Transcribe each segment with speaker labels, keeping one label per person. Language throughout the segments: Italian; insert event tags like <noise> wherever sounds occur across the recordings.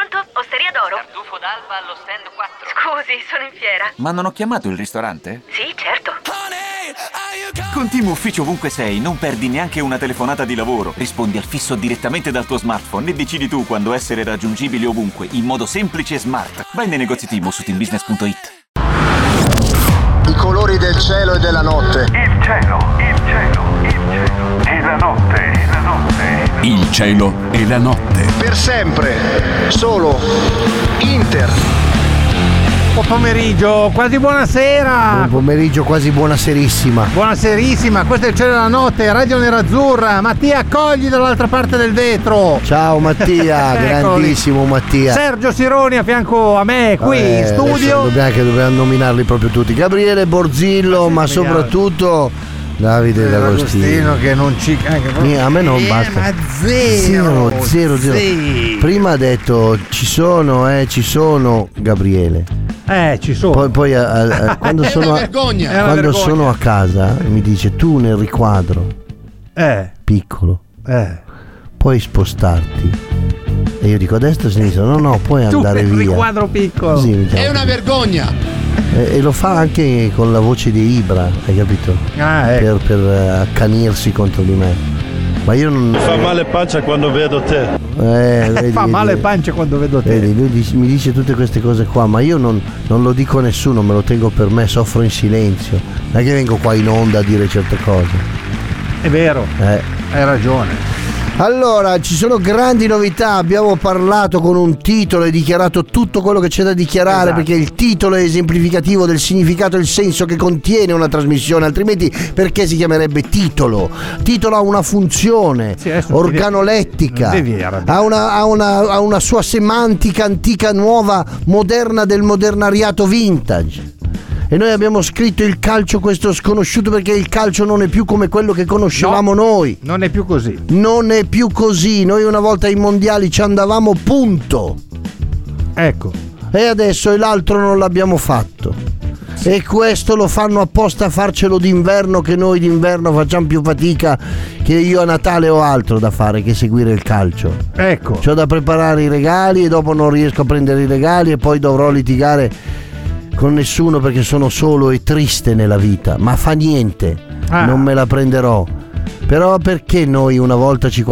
Speaker 1: Osteria d'Oro.
Speaker 2: Tartufo d'alba allo stand 4.
Speaker 1: Scusi, sono in fiera.
Speaker 3: Ma non ho chiamato il ristorante?
Speaker 1: Sì, certo.
Speaker 3: Con Team Ufficio ovunque sei non perdi neanche una telefonata di lavoro. Rispondi al fisso direttamente dal tuo smartphone e decidi tu quando essere raggiungibile ovunque, in modo semplice e smart. Vai nei negozi Team o su teambusiness.it.
Speaker 4: I colori del cielo e della notte.
Speaker 5: Il cielo, il cielo, il cielo. E la notte, e la notte.
Speaker 6: Il cielo e la notte.
Speaker 4: Per sempre. Solo. Inter.
Speaker 7: Buon pomeriggio, quasi buonasera.
Speaker 8: Buon pomeriggio, quasi buonaserissima.
Speaker 7: Buonaserissima, questo è il cielo della notte, Radio Nerazzurra. Mattia, accogli dall'altra parte del vetro. <laughs>
Speaker 8: Ciao Mattia,
Speaker 7: Eccoli.
Speaker 8: grandissimo Mattia.
Speaker 7: Sergio Sironi a fianco a me, qui
Speaker 8: Eh,
Speaker 7: in
Speaker 8: adesso
Speaker 7: studio.
Speaker 8: Dobbiamo anche dobbiamo nominarli proprio tutti. Gabriele Borzillo, ma
Speaker 7: vediamo.
Speaker 8: soprattutto
Speaker 7: Eh,
Speaker 8: Davide D'Agostino.
Speaker 7: che non Eh, ci.
Speaker 8: Mi- a me non basta. Zero, zero, zero. Prima ha detto ci sono, eh, ci sono Gabriele.
Speaker 7: Eh, ci sono.
Speaker 8: Poi, poi, a- a-
Speaker 7: <laughs>
Speaker 8: a- quando, sono a,
Speaker 7: È una
Speaker 8: quando
Speaker 7: vergogna.
Speaker 8: sono a casa mi dice tu nel riquadro
Speaker 7: Eh,
Speaker 8: piccolo
Speaker 7: eh.
Speaker 8: puoi spostarti. E io dico a destra e a sinistra, no no, puoi
Speaker 7: Tu
Speaker 8: andare
Speaker 7: per il
Speaker 8: via.
Speaker 7: quadro piccolo.
Speaker 8: Così mi chiama.
Speaker 9: vergogna!
Speaker 8: E, e lo fa anche con la voce di Ibra, hai capito?
Speaker 7: Ah, ecco.
Speaker 8: Per, per eh, accanirsi contro di me. Ma io non.
Speaker 10: Fa male pancia quando vedo te.
Speaker 7: <laughs>
Speaker 8: eh, vedi,
Speaker 7: Fa
Speaker 8: vedi,
Speaker 7: male pancia quando vedo te.
Speaker 8: Vedi, lui dice- mi dice tutte queste cose qua, ma io non, non lo dico a nessuno, me lo tengo per me, soffro in silenzio. Non è che vengo qua in onda a dire certe cose.
Speaker 7: È vero,
Speaker 8: Eh.
Speaker 7: hai ragione.
Speaker 8: Allora, ci sono grandi novità, abbiamo parlato con un titolo e dichiarato tutto quello che c'è da dichiarare
Speaker 7: Esatto.
Speaker 8: perché il titolo è esemplificativo del significato e il senso che contiene una trasmissione, altrimenti perché si chiamerebbe titolo? Titolo ha una funzione
Speaker 7: Sì, adesso non devi-
Speaker 8: organolettica,
Speaker 7: non devi arrabbiare.
Speaker 8: ha una, ha una- ha una sua semantica antica, nuova, moderna del modernariato vintage. E noi abbiamo scritto il calcio questo sconosciuto perché il calcio non è più come quello che conoscevamo noi.
Speaker 7: Non è più così.
Speaker 8: Non è più così, noi una volta ai mondiali ci andavamo punto
Speaker 7: Ecco.
Speaker 8: e adesso e l'altro non l'abbiamo fatto. E questo lo fanno apposta a farcelo d'inverno che noi d'inverno facciamo più fatica che io a Natale ho altro da fare che seguire il calcio.
Speaker 7: Ecco.
Speaker 8: C'ho da preparare i regali e dopo non riesco a prendere i regali e poi dovrò litigare con nessuno perché sono solo e triste nella vita. Ma fa niente,
Speaker 7: Ah.
Speaker 8: non me la prenderò. Però perché noi una volta ci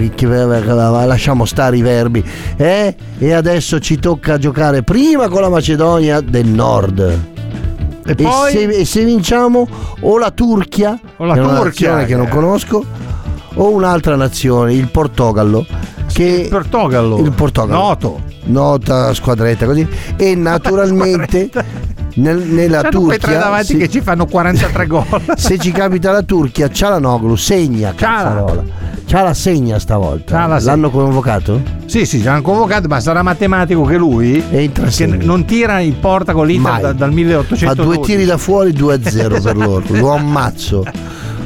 Speaker 8: qualificavamo, lasciamo stare i verbi, eh? E adesso ci tocca giocare prima con la Macedonia del Nord.
Speaker 7: e
Speaker 8: E,
Speaker 7: poi
Speaker 8: se, e se vinciamo o la Turchia,
Speaker 7: O la
Speaker 8: che è una
Speaker 7: Turchia,
Speaker 8: nazione che non
Speaker 7: eh.
Speaker 8: conosco, o un'altra nazione, il Portogallo, che
Speaker 7: il Portogallo.
Speaker 8: Eh, il Portogallo.
Speaker 7: Noto.
Speaker 8: nota squadretta così, e naturalmente nel- nella
Speaker 7: C'hanno quei tre
Speaker 8: Turchia
Speaker 7: davanti
Speaker 8: se,
Speaker 7: che ci fanno 43
Speaker 8: <laughs>
Speaker 7: gol.
Speaker 8: se ci capita la Turchia, Cialanoglu segna
Speaker 7: Ciala.
Speaker 8: cazzarola. Ciala segna stavolta.
Speaker 7: Ciala segna.
Speaker 8: L'hanno convocato?
Speaker 7: sì, sì, ci hanno convocato, ma sarà matematico che lui
Speaker 8: Entra
Speaker 7: che
Speaker 8: segna.
Speaker 7: non tira in porta con l'Inter
Speaker 8: Mai.
Speaker 7: da- dal
Speaker 8: Fa
Speaker 7: 1800.
Speaker 8: due tiri da fuori, 2 a 0 per loro. Lo ammazzo.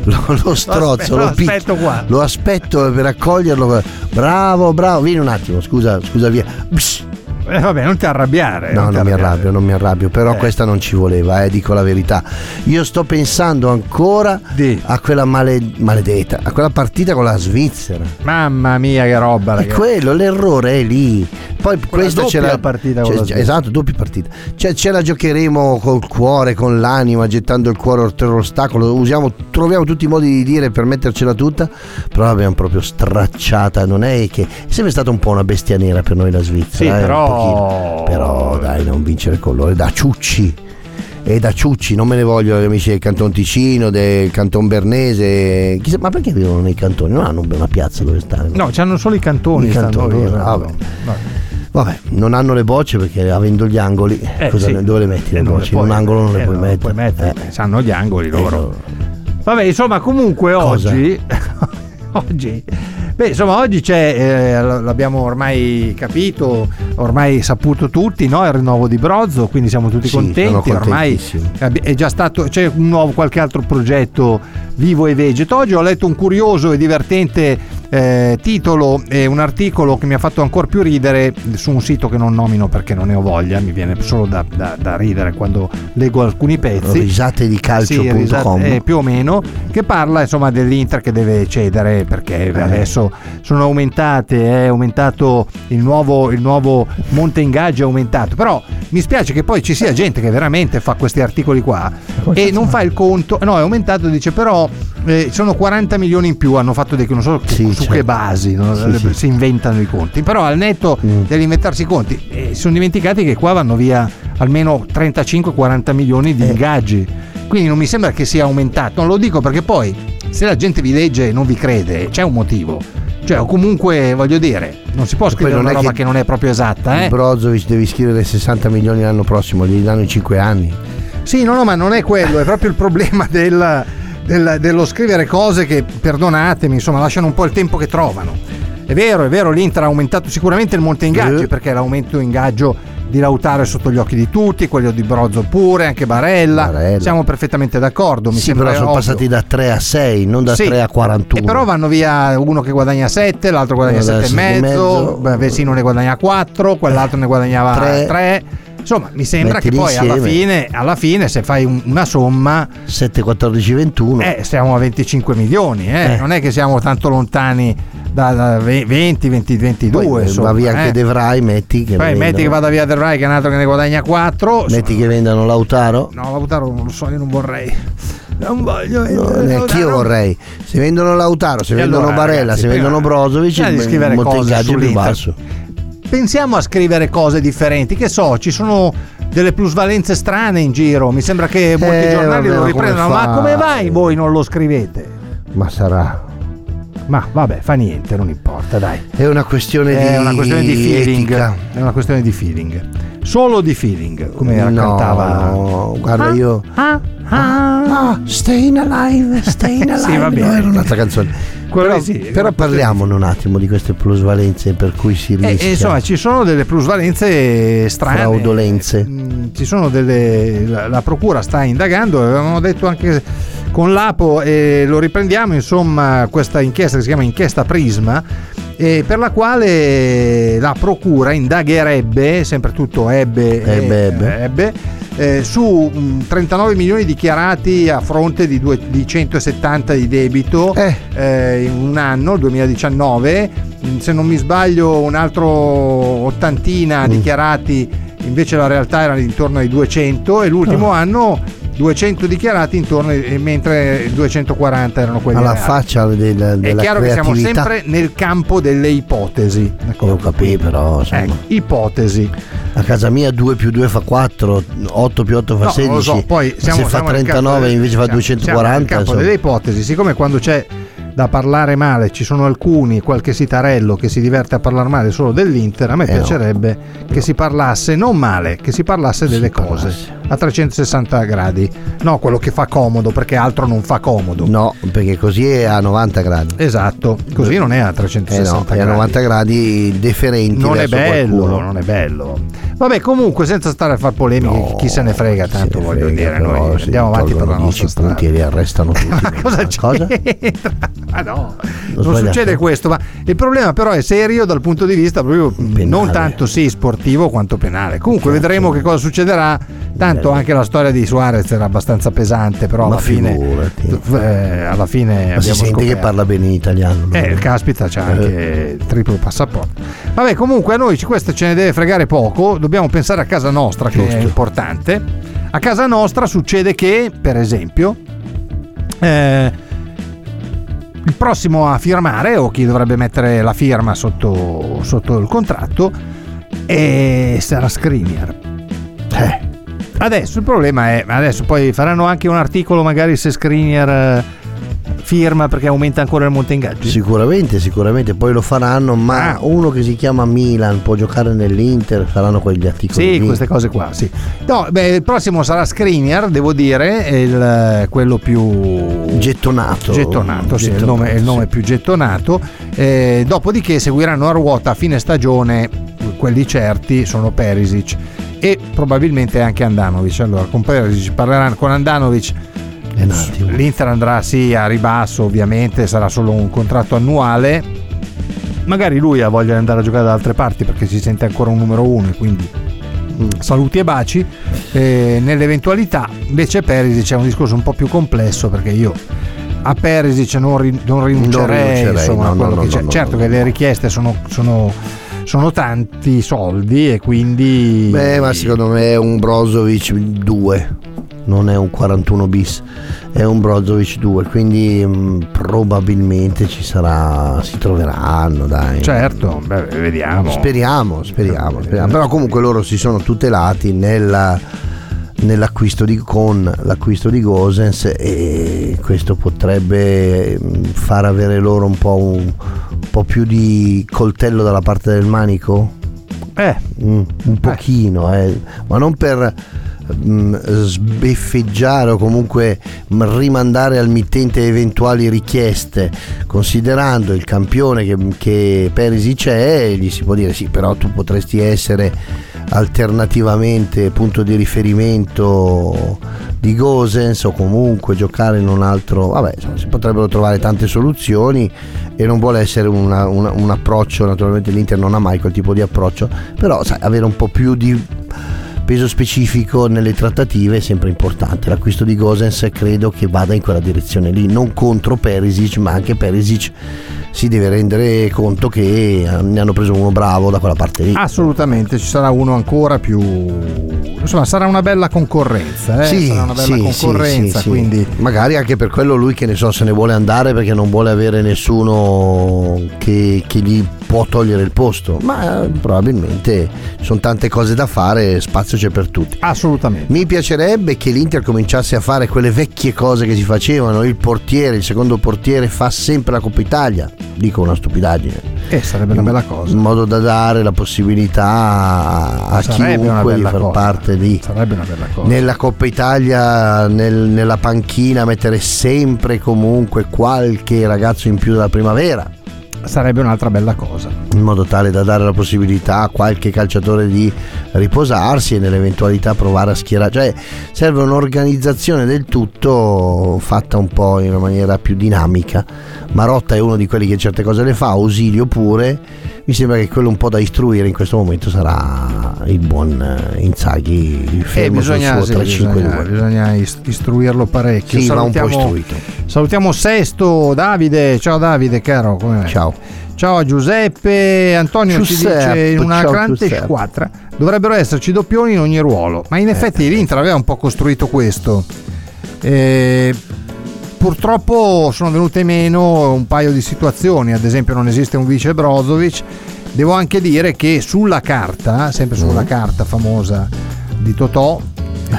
Speaker 8: Lo, lo strozzo,
Speaker 7: aspetto-
Speaker 8: lo,
Speaker 7: lo
Speaker 8: picchio.
Speaker 7: aspetto qua.
Speaker 8: Lo aspetto per accoglierlo. Bravo, bravo. Vieni un attimo, scusa, scusa via. Psst.
Speaker 7: Eh, vabbè, non ti arrabbiare.
Speaker 8: No,
Speaker 7: ti
Speaker 8: non mi
Speaker 7: arrabbiare.
Speaker 8: arrabbio, non mi arrabbio, però
Speaker 7: Eh.
Speaker 8: questa non ci voleva, eh, dico la verità. Io sto pensando ancora
Speaker 7: Di.
Speaker 8: a quella male- maledetta, a quella partita con la Svizzera.
Speaker 7: Mamma mia, che roba,
Speaker 8: È
Speaker 7: ragazzi.
Speaker 8: quello, l'errore è lì. Poi questa
Speaker 7: doppia
Speaker 8: ce la
Speaker 7: partita con
Speaker 8: cioè,
Speaker 7: la Svizzera.
Speaker 8: Esatto, doppia partita. Cioè, ce la giocheremo col cuore, con l'anima, gettando il cuore oltre l'ostacolo. Usiamo, troviamo tutti i modi di dire per mettercela tutta, però l'abbiamo proprio stracciata. Non è che è sempre stata un po' una bestia nera per noi la Svizzera.
Speaker 7: Sì,
Speaker 8: eh, un
Speaker 7: però-
Speaker 8: pochino. però dai, non vincere con loro è da ciucci. E da Ciucci, non me ne voglio gli amici del Canton Ticino, del Canton Bernese. Chissà, ma perché vivono nei cantoni? Non hanno una piazza dove stare.
Speaker 7: No, c'hanno solo i cantoni.
Speaker 8: I
Speaker 7: stanno
Speaker 8: cantoni,
Speaker 7: lì,
Speaker 8: ah,
Speaker 7: no,
Speaker 8: vabbè.
Speaker 7: no.
Speaker 8: Vabbè, non hanno le bocce perché avendo gli angoli, cosa
Speaker 7: sì.
Speaker 8: ne- dove le metti
Speaker 7: Eh,
Speaker 8: le
Speaker 7: non le
Speaker 8: bocce? In
Speaker 7: puoi-
Speaker 8: un angolo non
Speaker 7: eh,
Speaker 8: le puoi
Speaker 7: non le
Speaker 8: mettere.
Speaker 7: puoi mettere,
Speaker 8: Eh,
Speaker 7: beh, sanno gli angoli loro.
Speaker 8: eh,
Speaker 7: Vabbè, insomma, comunque
Speaker 8: Cosa?
Speaker 7: oggi. <laughs> oggi. Beh, insomma, oggi c'è, eh, l- l'abbiamo ormai capito, ormai saputo tutti, no? Il rinnovo di Brozzo, quindi siamo tutti
Speaker 8: Sì,
Speaker 7: contenti.
Speaker 8: sono
Speaker 7: Ormai
Speaker 8: contentissimo.
Speaker 7: abbi- è già stato, c'è un nuovo, qualche altro progetto vivo e vegeto. Oggi ho letto un curioso e divertente eh, titolo e un articolo che mi ha fatto ancora più ridere su un sito che non nomino perché non ne ho voglia, mi viene solo da, da- da ridere quando leggo alcuni pezzi.
Speaker 8: risate di
Speaker 7: Sì,
Speaker 8: calcio.com
Speaker 7: risate- eh, più o meno, che parla insomma dell'Inter che deve cedere perché
Speaker 8: Eh.
Speaker 7: adesso sono aumentate, è aumentato il nuovo, il nuovo monte ingaggio è aumentato, però mi spiace che poi ci sia gente che veramente fa questi articoli qua e non fa il conto, no è aumentato, dice però eh, sono 40 milioni in più, hanno fatto dei non so
Speaker 8: Sì,
Speaker 7: su
Speaker 8: certo.
Speaker 7: che basi no?
Speaker 8: Sì, sì.
Speaker 7: si inventano i conti, però al netto
Speaker 8: Mm.
Speaker 7: dell'inventarsi i conti eh, si sono dimenticati che qua vanno via almeno 35-40 milioni di
Speaker 8: Eh.
Speaker 7: ingaggi. Quindi non mi sembra che sia aumentato. Non lo dico perché poi se la gente vi legge e non vi crede, c'è un motivo. Cioè, o comunque voglio dire, non si può scrivere
Speaker 8: non
Speaker 7: una
Speaker 8: è
Speaker 7: roba
Speaker 8: che-
Speaker 7: che... non è proprio esatta, eh?
Speaker 8: Brozovic devi scrivere 60 milioni l'anno prossimo, gli danno 5 anni.
Speaker 7: Sì, no, no, ma non è quello, è proprio il problema <laughs> del- del- dello scrivere cose che, perdonatemi, insomma, lasciano un po' il tempo che trovano. È vero, è vero, l'Inter ha aumentato sicuramente il monte ingaggi,
Speaker 8: Eh.
Speaker 7: perché l'aumento ingaggio di Lautaro è sotto gli occhi di tutti, quello di Brozzo pure, anche Barella.
Speaker 8: Barella.
Speaker 7: Siamo perfettamente d'accordo, mi
Speaker 8: sì,
Speaker 7: sembra
Speaker 8: però sono
Speaker 7: ovvio.
Speaker 8: passati da 3 a 6, non da
Speaker 7: Sì.
Speaker 8: 3 a 41.
Speaker 7: E però vanno via uno che guadagna 7, l'altro guadagna
Speaker 8: Guadagna
Speaker 7: 7,5, e
Speaker 8: sette e
Speaker 7: mezzo,
Speaker 8: mezzo.
Speaker 7: beh, Vesino ne guadagna 4, quell'altro ne guadagnava
Speaker 8: Tre.
Speaker 7: 3. Insomma, mi sembra
Speaker 8: Mettili
Speaker 7: che poi alla
Speaker 8: insieme.
Speaker 7: fine, alla fine, se fai un- una somma,
Speaker 8: 7, 14, 21.
Speaker 7: eh, siamo a 25 milioni, eh.
Speaker 8: Eh.
Speaker 7: non è che siamo tanto lontani da, da ve- 20, 20, 22.
Speaker 8: Poi, eh,
Speaker 7: insomma,
Speaker 8: va via anche
Speaker 7: eh.
Speaker 8: De Vrij, metti che,
Speaker 7: Poi metti
Speaker 8: vendano-
Speaker 7: che vada via Del Rai, che è un altro che ne guadagna 4.
Speaker 8: metti che vendano Lautaro.
Speaker 7: No, Lautaro non lo so, io non vorrei. Non voglio.
Speaker 8: No, neanche io vorrei. Se vendono Lautaro, se
Speaker 7: E
Speaker 8: vendono
Speaker 7: allora,
Speaker 8: Barella,
Speaker 7: ragazzi,
Speaker 8: se
Speaker 7: prima-
Speaker 8: vendono Brozovic,
Speaker 7: prima di
Speaker 8: il
Speaker 7: scrivere
Speaker 8: monte
Speaker 7: cose
Speaker 8: ingaggio è più
Speaker 7: sull'Inter.
Speaker 8: basso.
Speaker 7: Pensiamo a scrivere cose differenti. Che so, ci sono delle plusvalenze strane in giro. Mi sembra che molti
Speaker 8: Eh,
Speaker 7: giornali
Speaker 8: vabbè,
Speaker 7: lo
Speaker 8: ma
Speaker 7: riprendano.
Speaker 8: come
Speaker 7: ma
Speaker 8: fa?
Speaker 7: come mai voi non lo scrivete?
Speaker 8: Ma sarà.
Speaker 7: Ma vabbè, fa niente, non importa, dai.
Speaker 8: È una questione di
Speaker 7: È una questione di feeling.
Speaker 8: etica.
Speaker 7: È una questione di feeling. Solo di feeling, come era
Speaker 8: no,
Speaker 7: cantava.
Speaker 8: no, guarda io.
Speaker 7: Ah, ah.
Speaker 8: Ah, staying alive, staying alive.
Speaker 7: <laughs> Sì, va bene.
Speaker 8: No, era un'altra canzone.
Speaker 7: Quello
Speaker 8: però,
Speaker 7: lì sì,
Speaker 8: però
Speaker 7: era-
Speaker 8: parliamone un attimo di queste plusvalenze per cui si
Speaker 7: Eh,
Speaker 8: rischia.
Speaker 7: eh, insomma, ci sono delle plusvalenze strane.
Speaker 8: Fraudolenze.
Speaker 7: Mm, Ci sono delle. La, la procura sta indagando, avevamo detto anche con l'Apo e lo riprendiamo, insomma, questa inchiesta che si chiama Inchiesta Prisma. eh, per la quale la procura indagherebbe, sempre tutto ebbe, eh,
Speaker 8: Ebbe, ebbe.
Speaker 7: ebbe, eh, su mm, 39 milioni dichiarati a fronte di, due- di 170 di debito
Speaker 8: Eh.
Speaker 7: eh, in un anno, 2019, Mm, se non mi sbaglio un altro ottantina
Speaker 8: Mm.
Speaker 7: dichiarati, invece la realtà era intorno ai 200 e l'ultimo
Speaker 8: Ah.
Speaker 7: anno 200 dichiarati intorno, ai- mentre 240 erano quelli
Speaker 8: alla
Speaker 7: reali.
Speaker 8: faccia del-
Speaker 7: È
Speaker 8: della
Speaker 7: chiaro che siamo
Speaker 8: creatività.
Speaker 7: sempre nel campo delle ipotesi.
Speaker 8: Io capì però, insomma,
Speaker 7: Ecco, ipotesi.
Speaker 8: a casa mia 2 più 2 fa 4, 8 più 8 fa
Speaker 7: No,
Speaker 8: 16,
Speaker 7: non lo so, poi
Speaker 8: ma
Speaker 7: siamo,
Speaker 8: se fa
Speaker 7: siamo nel
Speaker 8: 39
Speaker 7: campo-
Speaker 8: invece fa
Speaker 7: siamo- Siamo nel
Speaker 8: 240.
Speaker 7: campo
Speaker 8: insomma.
Speaker 7: delle ipotesi, siccome quando c'è da parlare male ci sono alcuni, qualche sitarello che si diverte a parlare male solo dell'Inter, a me
Speaker 8: Eh, no.
Speaker 7: piacerebbe che si parlasse non male, che si parlasse delle cose
Speaker 8: parlasse.
Speaker 7: a 360 gradi, no quello che fa comodo perché altro non fa comodo.
Speaker 8: No, perché così è a 90 gradi.
Speaker 7: Esatto, così non è a
Speaker 8: Eh
Speaker 7: 360
Speaker 8: no, è a
Speaker 7: gradi.
Speaker 8: 90 gradi deferenti
Speaker 7: non è
Speaker 8: verso
Speaker 7: bello,
Speaker 8: qualcuno.
Speaker 7: non è bello. Vabbè, comunque, senza stare a far polemiche,
Speaker 8: No,
Speaker 7: chi se ne frega,
Speaker 8: chi se
Speaker 7: tanto
Speaker 8: ne
Speaker 7: voglio
Speaker 8: frega,
Speaker 7: dire,
Speaker 8: però
Speaker 7: noi
Speaker 8: se
Speaker 7: andiamo
Speaker 8: gli
Speaker 7: avanti per
Speaker 8: tolgono
Speaker 7: la nostra
Speaker 8: 10 punti e
Speaker 7: <laughs> strada.
Speaker 8: li arrestano tutti.
Speaker 7: Ma cosa c'entra? <laughs> Ma no,
Speaker 8: L'ho
Speaker 7: non
Speaker 8: sbagliato.
Speaker 7: succede questo. Ma il problema, però, è serio dal punto di vista proprio
Speaker 8: Penale. Certo.
Speaker 7: non tanto sì sportivo quanto penale. Comunque,
Speaker 8: Cazzo.
Speaker 7: vedremo che cosa succederà. Tanto
Speaker 8: Bello.
Speaker 7: anche la storia di Suarez era abbastanza pesante, però
Speaker 8: Ma
Speaker 7: alla fine,
Speaker 8: figurati.
Speaker 7: eh, alla fine
Speaker 8: Ma
Speaker 7: abbiamo
Speaker 8: si sente che
Speaker 7: scoperto.
Speaker 8: parla bene in italiano. no?
Speaker 7: Eh, caspita, c'ha anche il triplo passaporto. Vabbè, comunque a noi ci- questo ce ne deve fregare poco, dobbiamo pensare a casa nostra, che è
Speaker 8: Giusto.
Speaker 7: importante. A casa nostra succede che, per esempio, eh, il prossimo a firmare, o chi dovrebbe mettere la firma sotto, sotto il contratto, è- sarà Skriniar.
Speaker 8: Eh,
Speaker 7: Adesso il problema è, adesso poi faranno anche un articolo magari se Skriniar eh, firma perché aumenta ancora il monte ingaggi.
Speaker 8: sicuramente, sicuramente, poi lo faranno, ma
Speaker 7: Ah.
Speaker 8: uno che si chiama Milan può giocare nell'Inter, faranno quegli articoli.
Speaker 7: Sì,
Speaker 8: lì.
Speaker 7: queste cose qua, sì. No, beh, il prossimo sarà Screener, devo dire, è il, eh, quello più
Speaker 8: Gettonato.
Speaker 7: gettonato, sì, è il
Speaker 8: Gettonato,
Speaker 7: nome, è il
Speaker 8: sì.
Speaker 7: nome più gettonato. Eh, dopodiché seguiranno a ruota a fine stagione quelli certi, sono Perisic e probabilmente anche Andanovic. Allora, con Perisic parleranno con Andanovic.
Speaker 8: È un attimo.
Speaker 7: L'Inter andrà sì a ribasso, ovviamente sarà solo un contratto annuale magari lui ha voglia di andare a giocare da altre parti perché si sente ancora un numero uno e quindi saluti e baci. Eh, nell'eventualità, invece, Perisic c'è un discorso un po' più complesso perché io. A Perisic non, ri- non rinuncerei,
Speaker 8: rinuncerei,
Speaker 7: insomma,
Speaker 8: no,
Speaker 7: a quello
Speaker 8: no,
Speaker 7: che
Speaker 8: no,
Speaker 7: c'è.
Speaker 8: no, no,
Speaker 7: certo
Speaker 8: no,
Speaker 7: che
Speaker 8: no.
Speaker 7: le richieste sono, sono, sono tanti soldi e quindi
Speaker 8: Beh, ma secondo me è un Brozovic 2, non è un 41 bis, è un Brozovic 2, quindi mm, probabilmente ci sarà, si troveranno, dai.
Speaker 7: certo, beh, vediamo.
Speaker 8: Speriamo, speriamo, speriamo. Però comunque loro si sono tutelati nella- nell'acquisto di, con l'acquisto di Gosens e questo potrebbe mm, far avere loro un po', un, un po' più di coltello dalla parte del manico?
Speaker 7: Eh,
Speaker 8: Mm, un pochino, eh, ma non per mm, sbeffeggiare o comunque mm, rimandare al mittente eventuali richieste considerando il campione che, che Perisi c'è gli si può dire sì però tu potresti essere alternativamente punto di riferimento di Gosens o comunque giocare in un altro vabbè insomma, si potrebbero trovare tante soluzioni e non vuole essere una- una- un approccio naturalmente l'Inter non ha mai quel tipo di approccio però sai, avere un po' più di peso specifico nelle trattative è sempre importante. L'acquisto di Gosens credo che vada in quella direzione lì, non contro Perisic, ma anche Perisic si deve rendere conto che eh, ne hanno preso uno bravo da quella parte lì.
Speaker 7: assolutamente ci sarà uno ancora più. Insomma, sarà una bella concorrenza. Eh? sarà una bella concorrenza.
Speaker 8: sì, sì.
Speaker 7: quindi
Speaker 8: magari anche per quello lui che ne so se ne vuole andare perché non vuole avere nessuno che, che gli può togliere il posto, ma eh, probabilmente ci sono tante cose da fare, spazio c'è per tutti.
Speaker 7: assolutamente.
Speaker 8: Mi piacerebbe che l'Inter cominciasse a fare quelle vecchie cose che si facevano, il portiere, il secondo portiere fa sempre la Coppa Italia, dico una stupidaggine,
Speaker 7: E eh, sarebbe una bella cosa.
Speaker 8: in modo da dare la possibilità a
Speaker 7: Sarebbe una
Speaker 8: chiunque di
Speaker 7: bella
Speaker 8: far
Speaker 7: cosa.
Speaker 8: parte di...
Speaker 7: Sarebbe una bella cosa.
Speaker 8: Nella Coppa Italia, nel- nella panchina, mettere sempre comunque qualche ragazzo in più della primavera,
Speaker 7: Sarebbe un'altra bella cosa.
Speaker 8: in modo tale da dare la possibilità a qualche calciatore di riposarsi e nell'eventualità provare a schierare. Cioè serve un'organizzazione del tutto fatta un po' in una maniera più dinamica. Marotta è uno di quelli che certe cose le fa, Ausilio pure. Mi sembra che quello un po' da istruire in questo momento sarà il buon eh, Inzaghi
Speaker 7: E
Speaker 8: fermo sul
Speaker 7: Eh, bisogna,
Speaker 8: suo
Speaker 7: sì,
Speaker 8: 3-5-2.
Speaker 7: bisogna, bisogna ist- istruirlo parecchio.
Speaker 8: Sì, va un po'
Speaker 7: Salutiamo-
Speaker 8: istruito.
Speaker 7: Salutiamo Sesto, Davide, ciao Davide, caro. come va?
Speaker 8: Ciao.
Speaker 7: Ciao a Giuseppe, Antonio ci
Speaker 8: Giuseppe,
Speaker 7: dice in una
Speaker 8: ciao
Speaker 7: grande
Speaker 8: Giuseppe.
Speaker 7: squadra dovrebbero esserci doppioni in ogni ruolo, ma in
Speaker 8: Eh,
Speaker 7: effetti l'Inter aveva un po' costruito questo. Eh, purtroppo sono venute meno un paio di situazioni, ad esempio non esiste un vice Brozovic. Devo anche dire che sulla carta, sempre
Speaker 8: Mm.
Speaker 7: sulla carta famosa di Totò,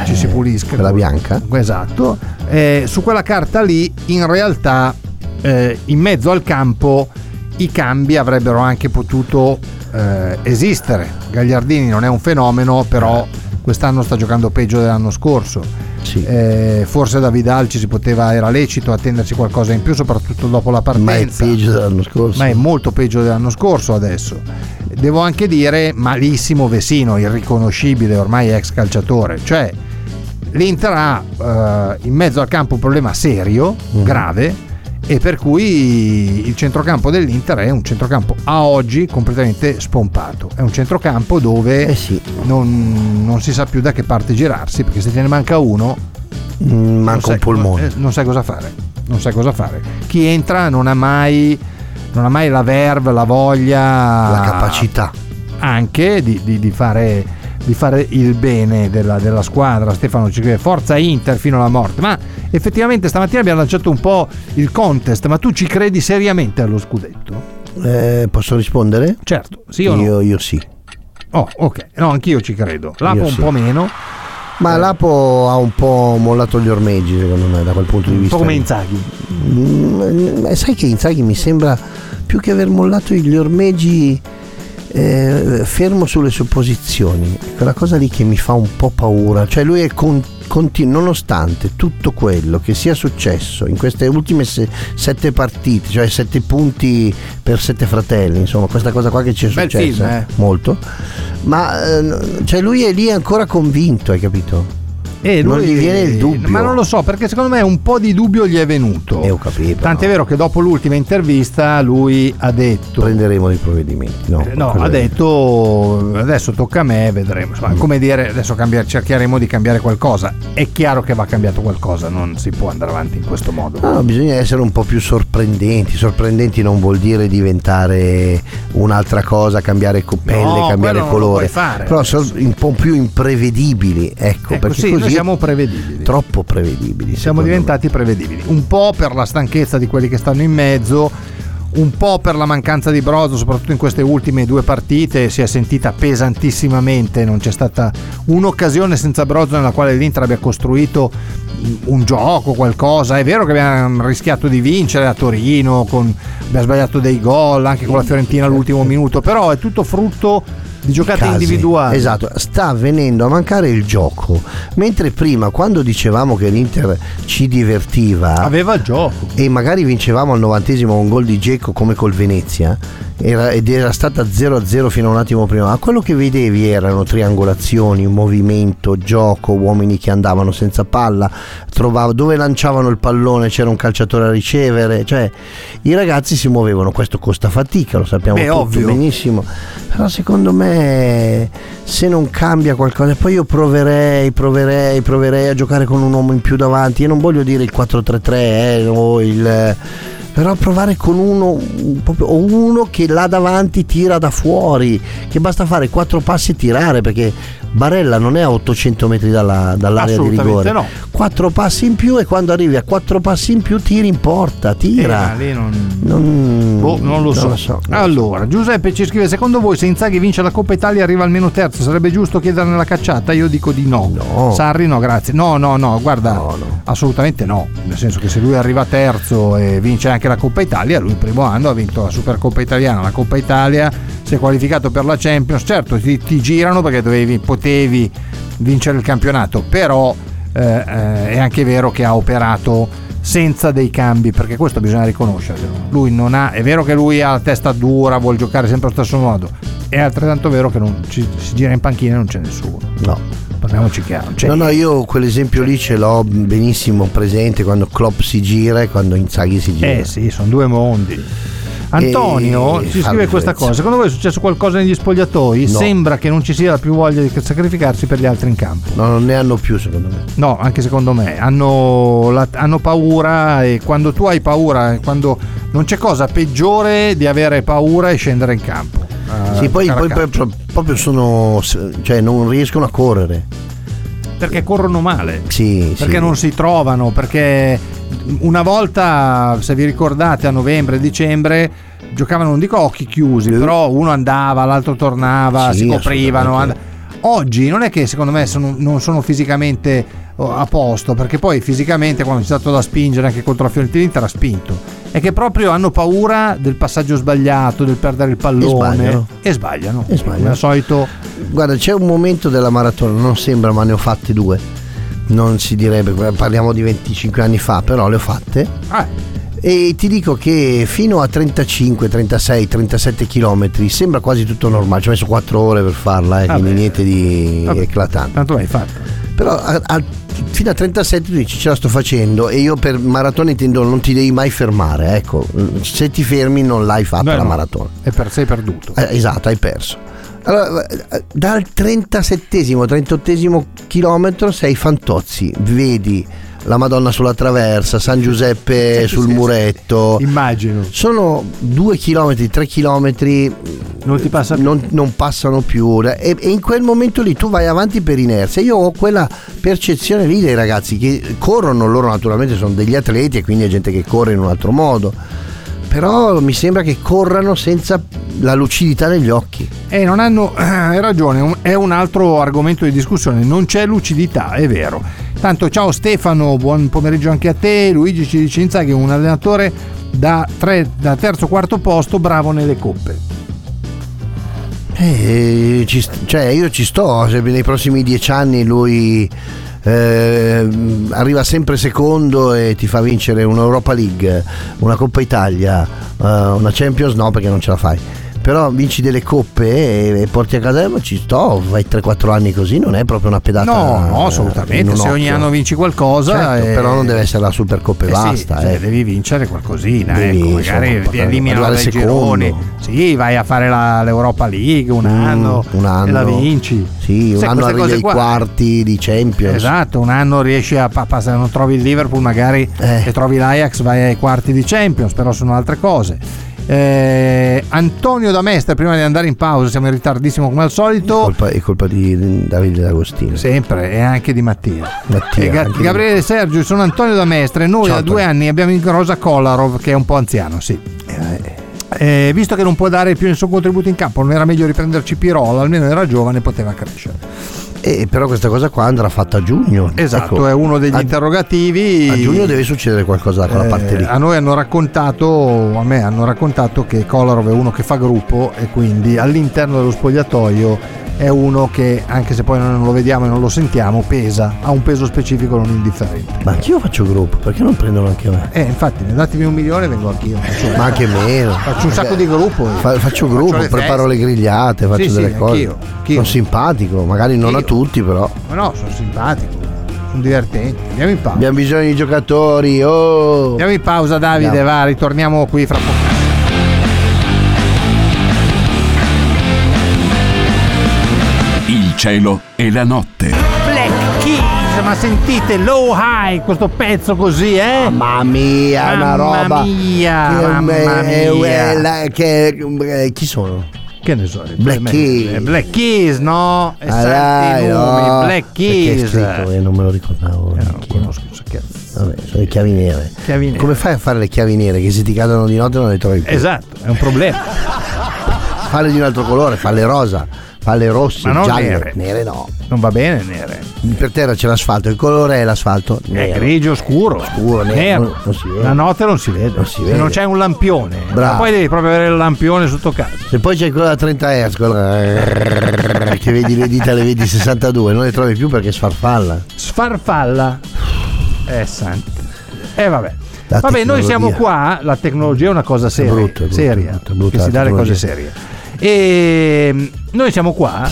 Speaker 7: ci si pulisca.
Speaker 8: Eh, quella bianca.
Speaker 7: Esatto. Eh, su quella carta lì, in realtà, eh, in mezzo al campo, i cambi avrebbero anche potuto eh, esistere. Gagliardini non è un fenomeno, però quest'anno sta giocando peggio dell'anno scorso.
Speaker 8: Eh. Sì.
Speaker 7: Eh, forse da Vidal ci si poteva, era lecito attendersi qualcosa in più, soprattutto dopo la
Speaker 8: Ma è il
Speaker 7: partenza.
Speaker 8: peggio dell'anno scorso.
Speaker 7: Ma è molto peggio dell'anno scorso adesso. Devo anche dire malissimo Vesino, irriconoscibile ormai ex calciatore. Cioè l'Inter ha eh, in mezzo al campo un problema serio,
Speaker 8: Mm-hmm.
Speaker 7: grave, e per cui il centrocampo dell'Inter è un centrocampo a oggi completamente spompato. È un centrocampo dove
Speaker 8: Eh sì.
Speaker 7: non, non si sa più da che parte girarsi, perché se te ne manca uno
Speaker 8: Mm,
Speaker 7: non
Speaker 8: Manca
Speaker 7: sai-
Speaker 8: un polmone.
Speaker 7: eh, Non sai cosa fare. Non sai cosa fare. Chi entra non ha mai, non ha mai la verve, la voglia,
Speaker 8: La capacità.
Speaker 7: anche di, di- di fare, di fare il bene della, della squadra. Stefano ci scrive Forza Inter fino alla morte. Ma effettivamente stamattina abbiamo lanciato un po' il contest. Ma tu ci credi seriamente allo scudetto?
Speaker 8: Eh, posso rispondere?
Speaker 7: Certo, sì o no?
Speaker 8: io, io sì.
Speaker 7: Oh, ok. No, anch'io ci credo. Lapo
Speaker 8: Io
Speaker 7: un
Speaker 8: sì.
Speaker 7: po' meno, Eh.
Speaker 8: Ma l'Apo ha un po' mollato gli ormeggi, secondo me, da quel punto di
Speaker 7: un
Speaker 8: vista.
Speaker 7: po' come
Speaker 8: lì.
Speaker 7: Inzaghi.
Speaker 8: Mm, eh, sai che Inzaghi mi sembra più che aver mollato gli ormeggi eh, fermo sulle supposizioni. Quella cosa lì che mi fa un po' paura. Cioè lui è con, continu- nonostante tutto quello che sia successo in queste ultime se- sette partite, cioè sette punti per sette fratelli, insomma, questa cosa qua che ci è
Speaker 7: Bel
Speaker 8: successa
Speaker 7: film, eh.
Speaker 8: molto. Ma eh, cioè lui è lì ancora convinto, hai capito?
Speaker 7: E
Speaker 8: Non
Speaker 7: lui-
Speaker 8: gli viene il dubbio.
Speaker 7: Ma non lo so, perché secondo me un po' di dubbio gli è venuto.
Speaker 8: Eh, ho capito,
Speaker 7: Tant'è
Speaker 8: no.
Speaker 7: vero che dopo l'ultima intervista lui ha detto.
Speaker 8: Prenderemo dei provvedimenti. No,
Speaker 7: Eh, No,
Speaker 8: quello
Speaker 7: ha
Speaker 8: è-
Speaker 7: detto adesso tocca a me, vedremo. Insomma, come dire, adesso cambiare- cercheremo di cambiare qualcosa. È chiaro che va cambiato qualcosa, non si può andare avanti in questo modo.
Speaker 8: No, Ah, bisogna essere un po' più sorprendenti. Sorprendenti non vuol dire diventare un'altra cosa, cambiare co- pelle,
Speaker 7: quello
Speaker 8: cambiare
Speaker 7: non lo
Speaker 8: colore.
Speaker 7: puoi fare
Speaker 8: Però sono un po' più imprevedibili, ecco,
Speaker 7: Ecco,
Speaker 8: perché
Speaker 7: sì, noi
Speaker 8: così
Speaker 7: siamo prevedibili.
Speaker 8: troppo prevedibili.
Speaker 7: siamo
Speaker 8: secondo me.
Speaker 7: diventati prevedibili. Un po' per la stanchezza di quelli che stanno in mezzo, un po' per la mancanza di Brozo, soprattutto in queste ultime due partite, si è sentita pesantissimamente. Non c'è stata un'occasione senza Brozo nella quale l'Inter abbia costruito un gioco, qualcosa. È vero che abbiamo rischiato di vincere a Torino, con- abbiamo sbagliato dei gol anche con la Fiorentina all'ultimo minuto, però è tutto frutto di giocate
Speaker 8: casi.
Speaker 7: individuali.
Speaker 8: Esatto, sta venendo a mancare il gioco. Mentre prima, quando dicevamo che l'Inter ci divertiva,
Speaker 7: Aveva il gioco.
Speaker 8: e magari vincevamo al novantesimo un gol di Geco come col Venezia era- ed era stata 0-0 fino a un attimo prima ma quello che vedevi erano triangolazioni movimento, gioco, uomini che andavano senza palla trovava- dove lanciavano il pallone c'era un calciatore a ricevere cioè i ragazzi si muovevano questo costa fatica lo sappiamo
Speaker 7: Beh,
Speaker 8: tutti
Speaker 7: ovvio.
Speaker 8: benissimo però secondo me se non cambia qualcosa poi io proverei proverei proverei a giocare con un uomo in più davanti io non voglio dire il 4-3-3 eh, o il però provare con uno un po' più- o uno che là davanti tira da fuori che basta fare quattro passi e tirare perché Barella non è a 800 metri dalla- dall'area di
Speaker 7: Assolutamente
Speaker 8: rigore
Speaker 7: no.
Speaker 8: quattro passi in più e quando arrivi a quattro passi in più tiri in porta tira
Speaker 7: Eh, lì non-
Speaker 8: non,
Speaker 7: Boh, non lo so. Ah. Allora, Giuseppe ci scrive: Secondo voi, se Inzaghi vince la Coppa Italia, arriva almeno terzo? Sarebbe giusto chiederne la cacciata? Io dico di no.
Speaker 8: No.
Speaker 7: Sarri, no, grazie. No, no, no, guarda,
Speaker 8: No, no.
Speaker 7: assolutamente no. Nel senso che se lui arriva terzo e vince anche la Coppa Italia, lui il primo anno ha vinto la Supercoppa Italiana, la Coppa Italia, si è qualificato per la Champions. Certo, ti, ti girano perché dovevi, potevi vincere il campionato, però eh, eh, è anche vero che ha operato senza dei cambi, perché questo bisogna riconoscerlo. Lui non ha, è vero che lui ha la testa dura, vuol giocare sempre allo stesso modo, è altrettanto vero che non ci, si gira in panchina e non c'è nessuno.
Speaker 8: no
Speaker 7: Parliamoci chiaro. non c'è
Speaker 8: no, no, io quell'esempio lì ce l'ho benissimo presente quando Klopp si gira e quando Inzaghi si gira.
Speaker 7: Eh sì, sono due mondi. Antonio
Speaker 8: E-
Speaker 7: ci
Speaker 8: fa
Speaker 7: scrive questa
Speaker 8: bellezza.
Speaker 7: cosa. Secondo voi è successo qualcosa negli spogliatoi?
Speaker 8: No.
Speaker 7: Sembra che non ci sia più voglia di sacrificarsi per gli altri in campo.
Speaker 8: No, non ne hanno più secondo me.
Speaker 7: No, anche secondo me. Hanno, la- hanno paura e quando tu hai paura, quando non c'è cosa peggiore di avere paura e scendere in campo. a
Speaker 8: sì, poi,
Speaker 7: giocare a
Speaker 8: poi
Speaker 7: calcio.
Speaker 8: pro- proprio sono... cioè non riescono a correre.
Speaker 7: perché corrono male.
Speaker 8: Sì,
Speaker 7: perché
Speaker 8: sì.
Speaker 7: non si trovano, perché una volta, se vi ricordate, a novembre e dicembre giocavano non dico a occhi chiusi, però uno andava, l'altro tornava,
Speaker 8: Eh. Sì,
Speaker 7: si coprivano.
Speaker 8: assolutamente.
Speaker 7: and- Oggi non è che secondo me sono- non sono fisicamente oh, a posto, perché poi fisicamente quando c'è stato da spingere anche contro la Fiorentina l'Inter ha spinto. È che proprio hanno paura del passaggio sbagliato, del perdere il pallone
Speaker 8: sbagliano.
Speaker 7: e sbagliano.
Speaker 8: E sbagliano.
Speaker 7: Come al solito
Speaker 8: Guarda, c'è un momento della maratona, non sembra, ma ne ho fatte due. Non si direbbe, eh, parliamo di 25 anni fa, però le ho fatte.
Speaker 7: ah,
Speaker 8: E ti dico che fino a 35, 36, 37 km sembra quasi tutto normale. Ci ho messo 4 ore per farla, eh,
Speaker 7: Ah,
Speaker 8: quindi
Speaker 7: beh.
Speaker 8: niente di
Speaker 7: Vabbè.
Speaker 8: eclatante.
Speaker 7: tanto l'hai fatto.
Speaker 8: Però a- a- fino a 37 tu dici ce la sto facendo e io per maratona intendo non ti devi mai fermare, ecco, se ti fermi non l'hai fatta
Speaker 7: Beh,
Speaker 8: la
Speaker 7: no.
Speaker 8: maratona.
Speaker 7: E per sei perduto.
Speaker 8: Eh, esatto, hai perso. Allora, eh, dal 37esimo, 38esimo chilometro sei fantozzi, vedi la Madonna sulla traversa, San Giuseppe sul muretto.
Speaker 7: Immagino.
Speaker 8: Sono due chilometri, tre chilometri
Speaker 7: Non ti passa più.
Speaker 8: non, non passano più e, e in quel momento lì tu vai avanti per inerzia io ho quella percezione lì dei ragazzi che corrono loro naturalmente sono degli atleti e quindi è gente che corre in un altro modo però mi sembra che corrano senza la lucidità negli occhi
Speaker 7: Eh, non hanno. Hai ragione, un- è un altro argomento di discussione. Non c'è lucidità, è vero. Tanto, ciao Stefano, buon pomeriggio anche a te. Luigi ci dice Inzaghi è un allenatore da, tre, da terzo quarto posto, bravo nelle coppe.
Speaker 8: Eh, ci st- cioè io ci sto, se nei prossimi dieci anni lui eh, arriva sempre secondo e ti fa vincere un'Europa League, una Coppa Italia, eh, una Champions no perché non ce la fai. però vinci delle coppe e, e porti a casa, eh, ma ci sto, fai 3-4 anni così, non è proprio una pedata.
Speaker 7: No, no,
Speaker 8: eh, in
Speaker 7: assolutamente.
Speaker 8: un
Speaker 7: Se ogni
Speaker 8: occhio.
Speaker 7: anno vinci qualcosa,
Speaker 8: Certo,
Speaker 7: eh,
Speaker 8: però non deve essere la Supercoppa e
Speaker 7: eh sì,
Speaker 8: basta.
Speaker 7: cioè,
Speaker 8: eh.
Speaker 7: devi vincere qualcosina,
Speaker 8: Devi,
Speaker 7: ecco,
Speaker 8: insomma,
Speaker 7: magari ti
Speaker 8: portare-
Speaker 7: eliminano dai
Speaker 8: arrivare secondo.
Speaker 7: gironi. Sì, vai a fare la- l'Europa League un
Speaker 8: Mm,
Speaker 7: anno,
Speaker 8: un
Speaker 7: e
Speaker 8: anno.
Speaker 7: la vinci.
Speaker 8: Sì, un
Speaker 7: Sai,
Speaker 8: anno
Speaker 7: queste
Speaker 8: arrivi
Speaker 7: cose
Speaker 8: ai
Speaker 7: qua-
Speaker 8: quarti di Champions.
Speaker 7: Esatto, un anno riesci a pa- passare, non trovi il Liverpool magari
Speaker 8: Eh.
Speaker 7: e trovi l'Ajax, vai ai quarti di Champions, però sono altre cose. Eh, Antonio da Mestre, prima di andare in pausa, siamo in ritardissimo come al solito.
Speaker 8: Colpa- è colpa di Davide D'Agostino.
Speaker 7: Sempre, e anche di Mattia.
Speaker 8: Mattia,
Speaker 7: E Ga-
Speaker 8: anche di-
Speaker 7: Gabriele e Sergio, sono Antonio da Mestre. Noi
Speaker 8: Ciao,
Speaker 7: da due anni abbiamo in rosa Kolarov, che è un po' anziano, sì. Eh, visto che non può dare più nessun contributo in campo, non era meglio riprenderci Pirola, almeno era giovane e poteva crescere.
Speaker 8: Eh, però questa cosa qua andrà fatta a giugno.
Speaker 7: Esatto,
Speaker 8: Ecco,
Speaker 7: è uno degli
Speaker 8: a-
Speaker 7: interrogativi.
Speaker 8: A giugno deve succedere qualcosa da quella
Speaker 7: Eh,
Speaker 8: parte lì.
Speaker 7: A noi hanno raccontato, a me hanno raccontato che Kolarov è uno che fa gruppo e quindi all'interno dello spogliatoio è uno che, anche se poi non lo vediamo e non lo sentiamo, pesa, ha un peso specifico non indifferente.
Speaker 8: Ma anch'io faccio gruppo, perché non prendono anche me?
Speaker 7: Eh, infatti, ne datemi un milione e vengo anch'io. Faccio,
Speaker 8: Eh, Ma anche meno.
Speaker 7: faccio un sacco di gruppo. io.
Speaker 8: Fa- faccio gruppo,
Speaker 7: le feste.
Speaker 8: preparo le grigliate, faccio
Speaker 7: Sì, sì,
Speaker 8: delle cose.
Speaker 7: anch'io, anch'io.
Speaker 8: Sono simpatico, magari non a
Speaker 7: Anch'io.
Speaker 8: tutti, però.
Speaker 7: Ma no, sono simpatico, sono divertenti. Andiamo in pausa.
Speaker 8: Abbiamo bisogno di giocatori, oh!
Speaker 7: Andiamo in pausa, Davide,
Speaker 8: Andiamo.
Speaker 7: va, ritorniamo qui fra poco.
Speaker 6: Il cielo e la notte.
Speaker 7: Black Keys, ma sentite Low High, questo pezzo così, eh?
Speaker 8: Mamma mia, è
Speaker 7: Mamma
Speaker 8: una roba.
Speaker 7: mia,
Speaker 8: che,
Speaker 7: mamma
Speaker 8: eh,
Speaker 7: mia.
Speaker 8: eh, la- che- eh, chi sono?
Speaker 7: Che ne so,
Speaker 8: Black Keys.
Speaker 7: Eh, Black Keys, no? E
Speaker 8: Ah,
Speaker 7: Eh, santi
Speaker 8: dai,
Speaker 7: nomi,
Speaker 8: no.
Speaker 7: Black
Speaker 8: Perché è
Speaker 7: Keys.
Speaker 8: scritto, eh, non me lo ricordavo.
Speaker 7: Eh, no,
Speaker 8: Chi-
Speaker 7: conosco, so che-
Speaker 8: Vabbè, sono le chiavi nere.
Speaker 7: Chiavi nere.
Speaker 8: Come fai a fare le chiavi nere che se ti cadono di notte non le trovi più?
Speaker 7: Esatto, è un problema.
Speaker 8: Falle di un altro colore, falle rosa, falle rosse,
Speaker 7: Ma non
Speaker 8: gialle,
Speaker 7: nere.
Speaker 8: no.
Speaker 7: Non va bene, nere.
Speaker 8: Per terra c'è l'asfalto, il colore è l'asfalto
Speaker 7: È
Speaker 8: nero.
Speaker 7: grigio scuro.
Speaker 8: Scuro, nero, non- non si vede.
Speaker 7: La notte non si vede.
Speaker 8: Non si
Speaker 7: Se
Speaker 8: vede.
Speaker 7: non c'è un lampione.
Speaker 8: Bravo.
Speaker 7: Ma Poi devi proprio avere il lampione sotto casa.
Speaker 8: Se poi c'è quello da 30 Hz, quello <laughs> che vedi le dita, le vedi 62, non le trovi più perché sfarfalla.
Speaker 7: Sfarfalla. Eh, santo. Eh, vabbè.
Speaker 8: La
Speaker 7: vabbè, noi
Speaker 8: tecnologia.
Speaker 7: siamo qua. La tecnologia è una cosa seria.
Speaker 8: brutto, è brutto,
Speaker 7: seria.
Speaker 8: è brutto, è brutta
Speaker 7: che si
Speaker 8: la
Speaker 7: dà le cose serie.
Speaker 8: tecnologia.
Speaker 7: E mm, noi siamo qua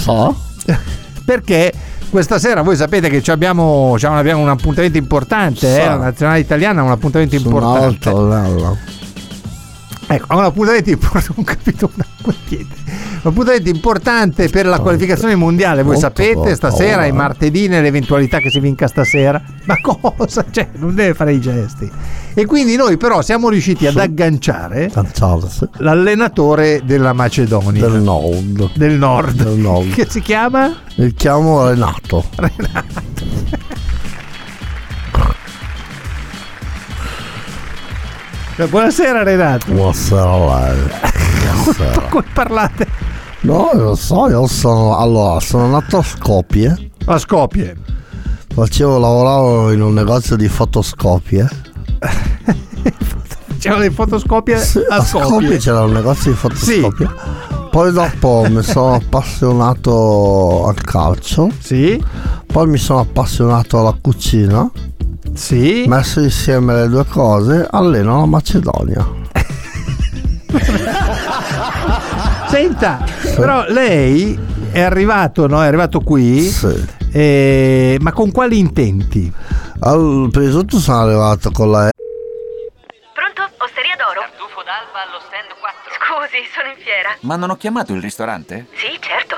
Speaker 7: perché questa sera voi sapete che ci abbiamo, ci abbiamo un appuntamento importante.
Speaker 8: So.
Speaker 7: eh, la nazionale italiana ha un appuntamento
Speaker 8: Sono
Speaker 7: importante.
Speaker 8: alto, no, no.
Speaker 7: Ecco, ha un appuntamento importante, <laughs> non ho capito una niente. Un appuntamento importante per la qualificazione mondiale, voi
Speaker 8: Molto
Speaker 7: sapete,
Speaker 8: poco,
Speaker 7: stasera e
Speaker 8: eh.
Speaker 7: martedì nell'eventualità che si vinca stasera. Ma cosa? <laughs> Cioè, non deve fare i gesti. E quindi noi però siamo riusciti ad agganciare
Speaker 8: Tanzals
Speaker 7: l'allenatore della Macedonia
Speaker 8: del nord.
Speaker 7: del nord,
Speaker 8: Del nord.
Speaker 7: che si chiama
Speaker 8: Mi chiamo
Speaker 7: <laughs>
Speaker 8: Renato.
Speaker 7: Buonasera Renato.
Speaker 8: Buonasera a lei. Buonasera.
Speaker 7: Come parlate?
Speaker 8: No, io lo so, io sono. Allora, sono nato a Skopje.
Speaker 7: A Skopje.
Speaker 8: Facevo lavoravo in un negozio di fotoscopie.
Speaker 7: C'erano le fotoscopie
Speaker 8: Sì,
Speaker 7: Eh, a Skopje.
Speaker 8: c'era un negozio di fotoscopie. Poi dopo mi sono appassionato al calcio.
Speaker 7: Sì,
Speaker 8: Poi mi sono appassionato alla cucina.
Speaker 7: sì.
Speaker 8: Messo insieme le due cose, alleno la Macedonia.
Speaker 7: Senta, però lei è arrivato, no? È arrivato qui.
Speaker 8: Sì.
Speaker 7: eh, ma con quali intenti? <laughs>
Speaker 8: Al, per tutto sono arrivato con la
Speaker 1: Pronto? Osteria d'oro?
Speaker 2: Tartufo d'alba allo stand 4.
Speaker 1: Scusi, sono in fiera.
Speaker 3: Ma non ho chiamato il ristorante?
Speaker 1: Sì, certo.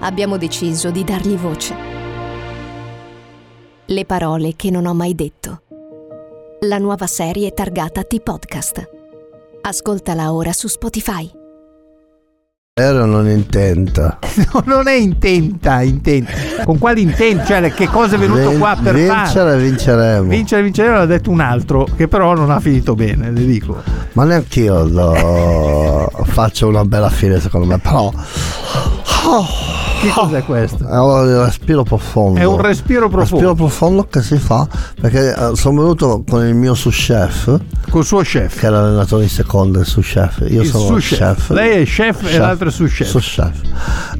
Speaker 9: abbiamo deciso di dargli voce. Le parole che non ho mai detto. La nuova serie targata T-Podcast. Ascoltala ora su Spotify.
Speaker 8: era non intenta.
Speaker 7: No, non è intenta, intenta. Con quali intenti? Cioè, che cosa è venuto
Speaker 8: Vin-
Speaker 7: qua per fare?
Speaker 8: vincere vinceremo.
Speaker 7: Vincere, vincere, l'ha detto un altro, che però non ha finito bene, le dico.
Speaker 8: <laughs> Ma neanche io l'ho faccia una bella fine secondo me, però...
Speaker 7: Che
Speaker 8: Oh.
Speaker 7: cos'è questo?
Speaker 8: È un respiro profondo.
Speaker 7: È un respiro profondo.
Speaker 8: Respiro profondo che si fa perché eh, sono venuto con il mio sous chef,
Speaker 7: Col suo chef.
Speaker 8: che era l'allenatore di seconda, il sous chef. Io
Speaker 7: Il
Speaker 8: sono
Speaker 7: sous chef.
Speaker 8: chef.
Speaker 7: Lei è chef e l'altro è sous chef.
Speaker 8: Sous chef.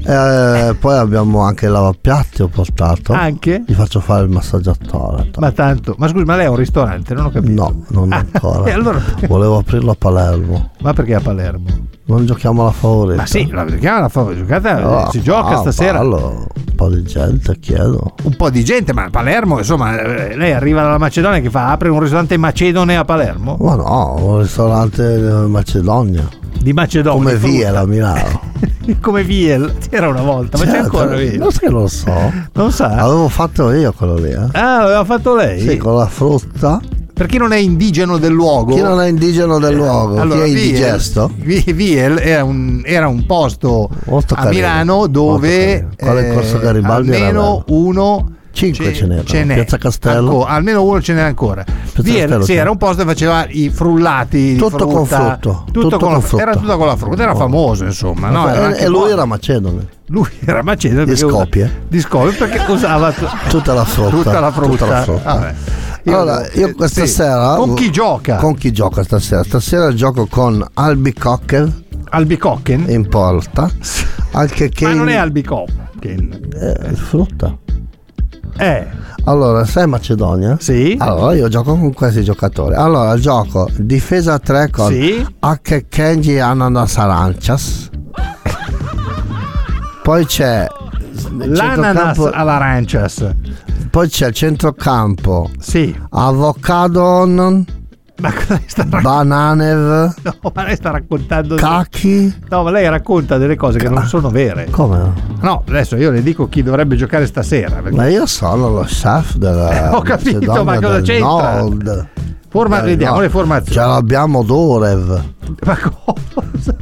Speaker 8: Eh, poi abbiamo anche il lavapiatti ho portato.
Speaker 7: Anche?
Speaker 8: Gli faccio fare il massaggiatore.
Speaker 7: Ma tanto, ma scusi, ma lei è un ristorante? Non ho capito.
Speaker 8: No,
Speaker 7: <laughs>
Speaker 8: non ancora.
Speaker 7: e allora-
Speaker 8: Volevo aprirlo a Palermo.
Speaker 7: Ma perché a Palermo?
Speaker 8: Non giochiamo alla favorita.
Speaker 7: Ma sì, la perché è una fa- giocata,
Speaker 8: Ah,
Speaker 7: Eh, si gioca
Speaker 8: ah,
Speaker 7: stasera.
Speaker 8: fallo. un po' di gente chiedo.
Speaker 7: Un po' di gente, ma a Palermo, insomma, eh, lei arriva dalla Macedonia che fa? Apre un ristorante macedone a Palermo?
Speaker 8: Ma no, un ristorante in Macedonia.
Speaker 7: Di Macedonia.
Speaker 8: Come
Speaker 7: frutta.
Speaker 8: via la Milano.
Speaker 7: Come Viel. C'era una volta, <laughs> ma c'è
Speaker 8: Certo,
Speaker 7: ancora Eh. Viel.
Speaker 8: Non so che lo so.
Speaker 7: Non sa.
Speaker 8: L'avevo fatto io quello lì, eh.
Speaker 7: Ah, l'aveva fatto lei?
Speaker 8: Sì, con la frutta.
Speaker 7: Per chi non è indigeno del luogo.
Speaker 8: Chi non è indigeno del luogo,
Speaker 7: Eh, Allora,
Speaker 8: chi è
Speaker 7: Viel-
Speaker 8: indigesto.
Speaker 7: Vi- Viel era un, era un posto
Speaker 8: Molto
Speaker 7: a
Speaker 8: carino,
Speaker 7: Milano
Speaker 8: molto
Speaker 7: dove eh,
Speaker 8: carino. Quello in Corso Garibaldi era
Speaker 7: almeno
Speaker 8: bello.
Speaker 7: uno
Speaker 8: Cinque
Speaker 7: ce,
Speaker 8: ce n'erano,
Speaker 7: n'è.
Speaker 8: Piazza Castello.
Speaker 7: Anco- almeno uno ce n'è ancora. Viel,
Speaker 8: Castello
Speaker 7: sì,
Speaker 8: c'è.
Speaker 7: era un posto che faceva i frullati. di
Speaker 8: Tutto con
Speaker 7: frutta,
Speaker 8: frutto,
Speaker 7: Tutto,
Speaker 8: tutto
Speaker 7: con la
Speaker 8: con
Speaker 7: frutta. Era
Speaker 8: frutta.
Speaker 7: tutto con la frutta. Era
Speaker 8: Oh.
Speaker 7: famoso, insomma. no? Era
Speaker 8: e
Speaker 7: anche
Speaker 8: Eh, e lui
Speaker 7: buono.
Speaker 8: era macedone.
Speaker 7: <laughs> Lui era macedone.
Speaker 8: Di
Speaker 7: perché usa-
Speaker 8: Skopje.
Speaker 7: Di Skopje perché usava t-
Speaker 8: <laughs> Tutta la frutta.
Speaker 7: tutta la frutta. Ah,
Speaker 8: Tutta la frutta.
Speaker 7: Vabbè.
Speaker 8: Allora, io questa
Speaker 7: eh, sì.
Speaker 8: sera.
Speaker 7: Con chi gioca?
Speaker 8: Con chi gioca stasera? Stasera gioco con Albi Cocker
Speaker 7: Albicocken?
Speaker 8: in porta. Anche che.
Speaker 7: Ma non è Albicocken.
Speaker 8: eh, frutta.
Speaker 7: Eh,
Speaker 8: Allora, sei Macedonia?
Speaker 7: sì.
Speaker 8: Allora, io gioco con questi giocatori. Allora, gioco difesa a 3 con
Speaker 7: Sì.
Speaker 8: H. Kenji Ananas Arancias. Poi c'è. il
Speaker 7: L'ananas
Speaker 8: centrocampo-
Speaker 7: all'arancias.
Speaker 8: Poi c'è il centrocampo
Speaker 7: Sì.
Speaker 8: Avocadon,
Speaker 7: Ma cosa lei sta <laughs> raccontando?
Speaker 8: Bananev,
Speaker 7: ma lei sta raccontando...
Speaker 8: Kaki.
Speaker 7: No, ma lei racconta delle cose che non sono vere.
Speaker 8: Come?
Speaker 7: No, adesso io le dico chi dovrebbe giocare stasera. perché
Speaker 8: Ma io sono lo chef
Speaker 7: <laughs>
Speaker 8: della.
Speaker 7: Ho capito,
Speaker 8: Macedonia
Speaker 7: ma cosa
Speaker 8: del
Speaker 7: c'entra?
Speaker 8: Nord.
Speaker 7: Forma,
Speaker 8: Eh,
Speaker 7: vediamo
Speaker 8: no.
Speaker 7: le formazioni.
Speaker 8: Ce l'abbiamo Dorev.
Speaker 7: Ma cosa?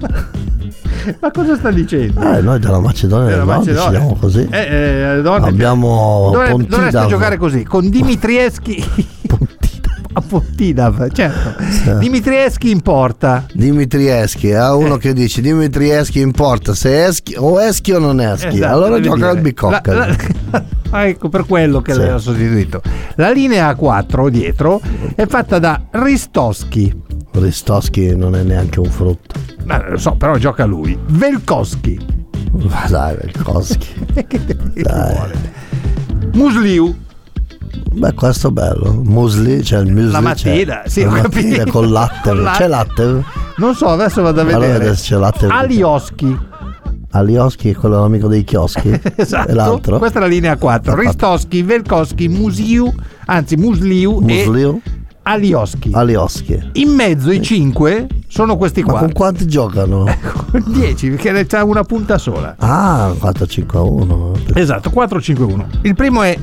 Speaker 7: <laughs> Ma cosa sta dicendo?
Speaker 8: Eh, noi della Macedonia
Speaker 7: Eh,
Speaker 8: del
Speaker 7: ma
Speaker 8: Nord
Speaker 7: c'è- no,
Speaker 8: decidiamo
Speaker 7: eh,
Speaker 8: così.
Speaker 7: eh, eh, dovrebbe-
Speaker 8: Abbiamo
Speaker 7: dovrebbe,
Speaker 8: Pontidav.
Speaker 7: dovreste giocare così
Speaker 8: <laughs>
Speaker 7: con Dimitrieschi a Pontidav, certo. Dimitrieschi in porta.
Speaker 8: Dimitrieschi, eh? uno che dice Dimitrieschi in porta, se eschi o eschi o non eschi.
Speaker 7: Esatto,
Speaker 8: allora
Speaker 7: deve
Speaker 8: gioca
Speaker 7: dire.
Speaker 8: al bicocca.
Speaker 7: La- la- <laughs> Ah, ecco per quello che
Speaker 8: Sì.
Speaker 7: l'ha sostituito. La linea A4 dietro è fatta da Ristoschi.
Speaker 8: <laughs> Ristoschi non è neanche un frutto. <laughs>
Speaker 7: Ma lo so, però gioca lui. Velkoschi.
Speaker 8: Ma dai, Velkoschi.
Speaker 7: che ti vuole? Musliu.
Speaker 8: Beh, questo è bello. Musli, c'è il musli.
Speaker 7: La mattina,
Speaker 8: c'è.
Speaker 7: sì,
Speaker 8: La
Speaker 7: ho
Speaker 8: mattina
Speaker 7: capito.
Speaker 8: con latte.
Speaker 7: Con
Speaker 8: C'è
Speaker 7: latte.
Speaker 8: latte?
Speaker 7: Non so, adesso vado a
Speaker 8: Allora
Speaker 7: vedere.
Speaker 8: adesso c'è latte.
Speaker 7: Alioschi.
Speaker 8: Alioschi è quello l'amico dei chioschi.
Speaker 7: <laughs> Esatto.
Speaker 8: E l'altro?
Speaker 7: Questa è la linea 4.
Speaker 8: Esatto.
Speaker 7: Ristoschi, Velkoschi, Musiu, anzi Musliu, e
Speaker 8: Musliu,
Speaker 7: Alioschi.
Speaker 8: Alioschi.
Speaker 7: In mezzo i 5 sono questi
Speaker 8: Ma
Speaker 7: qua.
Speaker 8: con quanti giocano?
Speaker 7: <laughs> Con 10, perché ne c'ha una punta sola.
Speaker 8: Ah, 4-5-1.
Speaker 7: Esatto, 4-5-1. Il primo è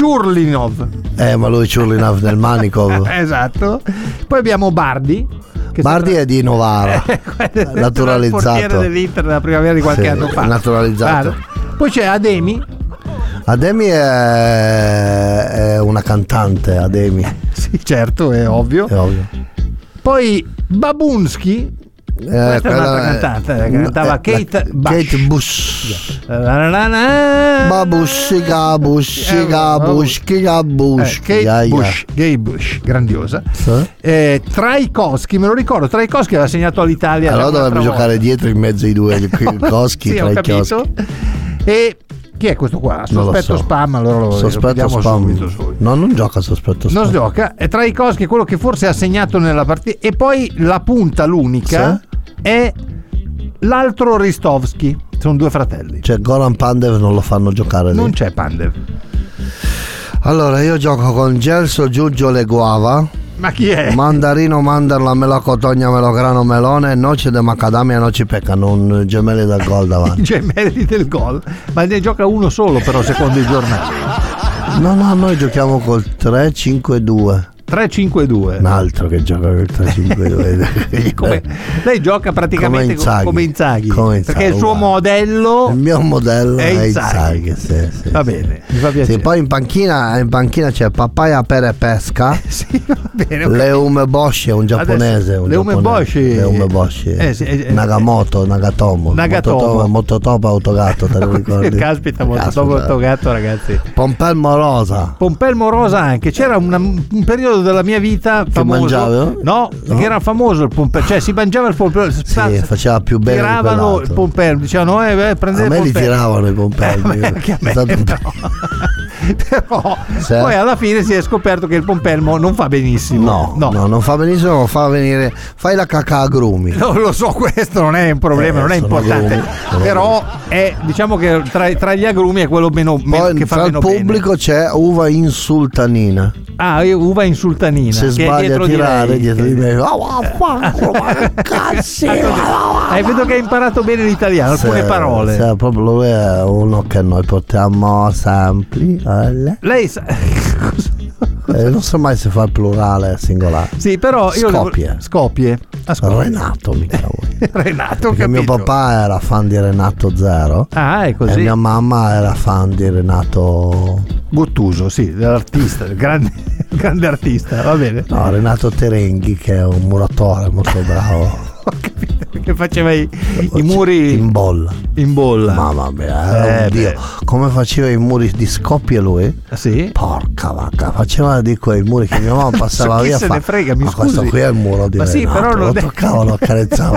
Speaker 7: Ciurlinov.
Speaker 8: Eh, ma lui Ciurlinav
Speaker 7: <laughs>
Speaker 8: nel Manikov.
Speaker 7: Esatto. Poi abbiamo Bardi. che Eh,
Speaker 8: Bardi è
Speaker 7: <laughs>
Speaker 8: di Novara,
Speaker 7: sembra- Il portiere
Speaker 8: naturalizzato.
Speaker 7: dell'Inter della primavera di qualche
Speaker 8: Sì,
Speaker 7: anno fa.
Speaker 8: naturalizzato.
Speaker 7: Bardi. Poi c'è Ademi.
Speaker 8: Ademi è, è una cantante, Ademi, è
Speaker 7: Sì, certo, è ovvio.
Speaker 8: ovvio.
Speaker 7: Poi Babunski.
Speaker 8: Eh,
Speaker 7: Questa è un'altra
Speaker 8: quella-
Speaker 7: cantante, eh, cantava
Speaker 8: la-
Speaker 7: Kate Bush.
Speaker 8: Kate Bush.
Speaker 7: Babuschi,
Speaker 8: Babush, gabush,
Speaker 7: Eh,
Speaker 8: gabush, gabush.
Speaker 7: Kate Eh, Bush, Gay Bush, grandiosa.
Speaker 8: Sì.
Speaker 7: Eh, Traikowski, me lo ricordo, Traikowski aveva segnato all'Italia.
Speaker 8: Allora dovrebbe
Speaker 7: dovrebbe
Speaker 8: giocare dietro in mezzo
Speaker 7: <laughs>
Speaker 8: ai due, i Koschi
Speaker 7: sì,
Speaker 8: tra
Speaker 7: ho
Speaker 8: i
Speaker 7: capito.
Speaker 8: chioschi.
Speaker 7: E chi è questo qua?
Speaker 8: Non lo
Speaker 7: Sospetto
Speaker 8: so.
Speaker 7: spam, allora lo
Speaker 8: Sospetto
Speaker 7: vediamo
Speaker 8: spam.
Speaker 7: subito, subito.
Speaker 8: No, non gioca sospetto spam.
Speaker 7: Non gioca. E Traikowski è quello che forse ha segnato nella partita. E poi la punta, l'unica, è l'altro Ristovski. Sono due fratelli. Cioè,
Speaker 8: Cioè Goran Pandev non lo fanno giocare lì.
Speaker 7: Non c'è Pandev.
Speaker 8: Allora io gioco con Gelso, Giugio, Le Guava,
Speaker 7: Ma chi è?
Speaker 8: Mandarino, Mandarla, Melocotogna, Melograno, Melone, Noce de Macadamia, Noci Peccano, un gemelli da
Speaker 7: <laughs>
Speaker 8: gol
Speaker 7: I
Speaker 8: davanti.
Speaker 7: gemelli del gol. Ma ne gioca uno solo, però, secondo i giornali.
Speaker 8: No, no, noi giochiamo col 3-5-2.
Speaker 7: 3-5-2.
Speaker 8: Eh. Un altro che gioca col <laughs> 3-5-2.
Speaker 7: Come- Eh. lei gioca praticamente co- come, Inzaghi,
Speaker 8: eh, Come Inzaghi,
Speaker 7: perché il suo
Speaker 8: uguale.
Speaker 7: modello
Speaker 8: Il mio modello
Speaker 7: è
Speaker 8: è
Speaker 7: Inzaghi.
Speaker 8: Inzaghi. sì, sì,
Speaker 7: va
Speaker 8: sì.
Speaker 7: bene, mi fa
Speaker 8: Sì,
Speaker 7: piacere.
Speaker 8: poi in panchina, in panchina c'è Papaya Pere Pesca.
Speaker 7: <laughs> Sì, va bene, ok.
Speaker 8: Leume Bosch è un giapponese. un
Speaker 7: Leum
Speaker 8: giapponese.
Speaker 7: Bosch-
Speaker 8: Leum Bosch.
Speaker 7: Eh, sì, eh, eh,
Speaker 8: Nagamoto, Nagatomo.
Speaker 7: Nagatomo.
Speaker 8: Mototopa, Mototopa Autogato, te
Speaker 7: <laughs>
Speaker 8: lo ricordi?
Speaker 7: Caspita, molto dopo
Speaker 8: Caspita.
Speaker 7: gatto, ragazzi.
Speaker 8: Pompel Morosa.
Speaker 7: Pompel Morosa anche, c'era una- un periodo della mia vita famoso.
Speaker 8: mangiava?
Speaker 7: No,
Speaker 8: No.
Speaker 7: che era famoso il Pompel, cioè si mangiava il Pompel,
Speaker 8: Sì, faceva più bene di
Speaker 7: Tiravano il
Speaker 8: quell'altro.
Speaker 7: Pompel, dicevano "Eh, beh, prendete
Speaker 8: A me
Speaker 7: il
Speaker 8: li
Speaker 7: Pompel".
Speaker 8: tiravano i
Speaker 7: Eh,
Speaker 8: pompelmi.
Speaker 7: vabbè, <laughs> anche a me,
Speaker 8: È stato un-
Speaker 7: però. <laughs> Però
Speaker 8: Sì. eh?
Speaker 7: poi alla fine si è scoperto che il pompelmo non fa benissimo.
Speaker 8: No, no, non fa benissimo, fa venire. Fai la cacca a grumi.
Speaker 7: No, lo so, questo non è un problema,
Speaker 8: Eh,
Speaker 7: non è
Speaker 8: sono
Speaker 7: importante.
Speaker 8: agrumi, sono
Speaker 7: però è, diciamo che tra, tra gli agrumi è quello meno, meno-
Speaker 8: Poi
Speaker 7: che fa
Speaker 8: tra il
Speaker 7: meno
Speaker 8: pubblico
Speaker 7: bene.
Speaker 8: c'è uva insultanina.
Speaker 7: Ah, e uva insultanina.
Speaker 8: Se
Speaker 7: che è
Speaker 8: sbagli a
Speaker 7: dietro di
Speaker 8: tirare
Speaker 7: lei.
Speaker 8: dietro di me. Ah, vaffanculo,
Speaker 7: <laughs>
Speaker 8: ma che cazzo è?
Speaker 7: Eh, vedo che hai imparato bene l'italiano, alcune
Speaker 8: Se-
Speaker 7: parole.
Speaker 8: se proprio lui è uno che noi portiamo sempre. alle-
Speaker 7: Lei sa... <laughs>
Speaker 8: eh, non so mai se fa il plurale o singolare.
Speaker 7: Sì, però io...
Speaker 8: Scopie.
Speaker 7: Scopie. Ah, Scopie.
Speaker 8: Renato mi chiamo.
Speaker 7: <laughs> Renato, ho
Speaker 8: Perché mio
Speaker 7: capito.
Speaker 8: papà era fan di Renato Zero.
Speaker 7: Ah, è così.
Speaker 8: E mia mamma era fan di Renato.
Speaker 7: Gottuso, sì, l'artista, il grande, <laughs> il grande artista, va bene.
Speaker 8: No, Renato Terenghi che è un muratore molto bravo.
Speaker 7: <laughs> Ho capito che faceva i, <laughs> i muri
Speaker 8: in
Speaker 7: in,
Speaker 8: bolla.
Speaker 7: bolla.
Speaker 8: Ma vabbè, era
Speaker 7: Eh,
Speaker 8: un dio.
Speaker 7: beh.
Speaker 8: Come faceva i muri di scoppie lui?
Speaker 7: Sì?
Speaker 8: Porca vacca, faceva di quei muri che
Speaker 7: <laughs>
Speaker 8: mia mamma passava
Speaker 7: chi
Speaker 8: via. e
Speaker 7: se
Speaker 8: fa,
Speaker 7: ne frega, mi
Speaker 8: ma
Speaker 7: scusi."
Speaker 8: questo qui è il muro di
Speaker 7: Ma sì,
Speaker 8: Renato.
Speaker 7: però
Speaker 8: lo
Speaker 7: non è-
Speaker 8: toccavo, lo carezzava.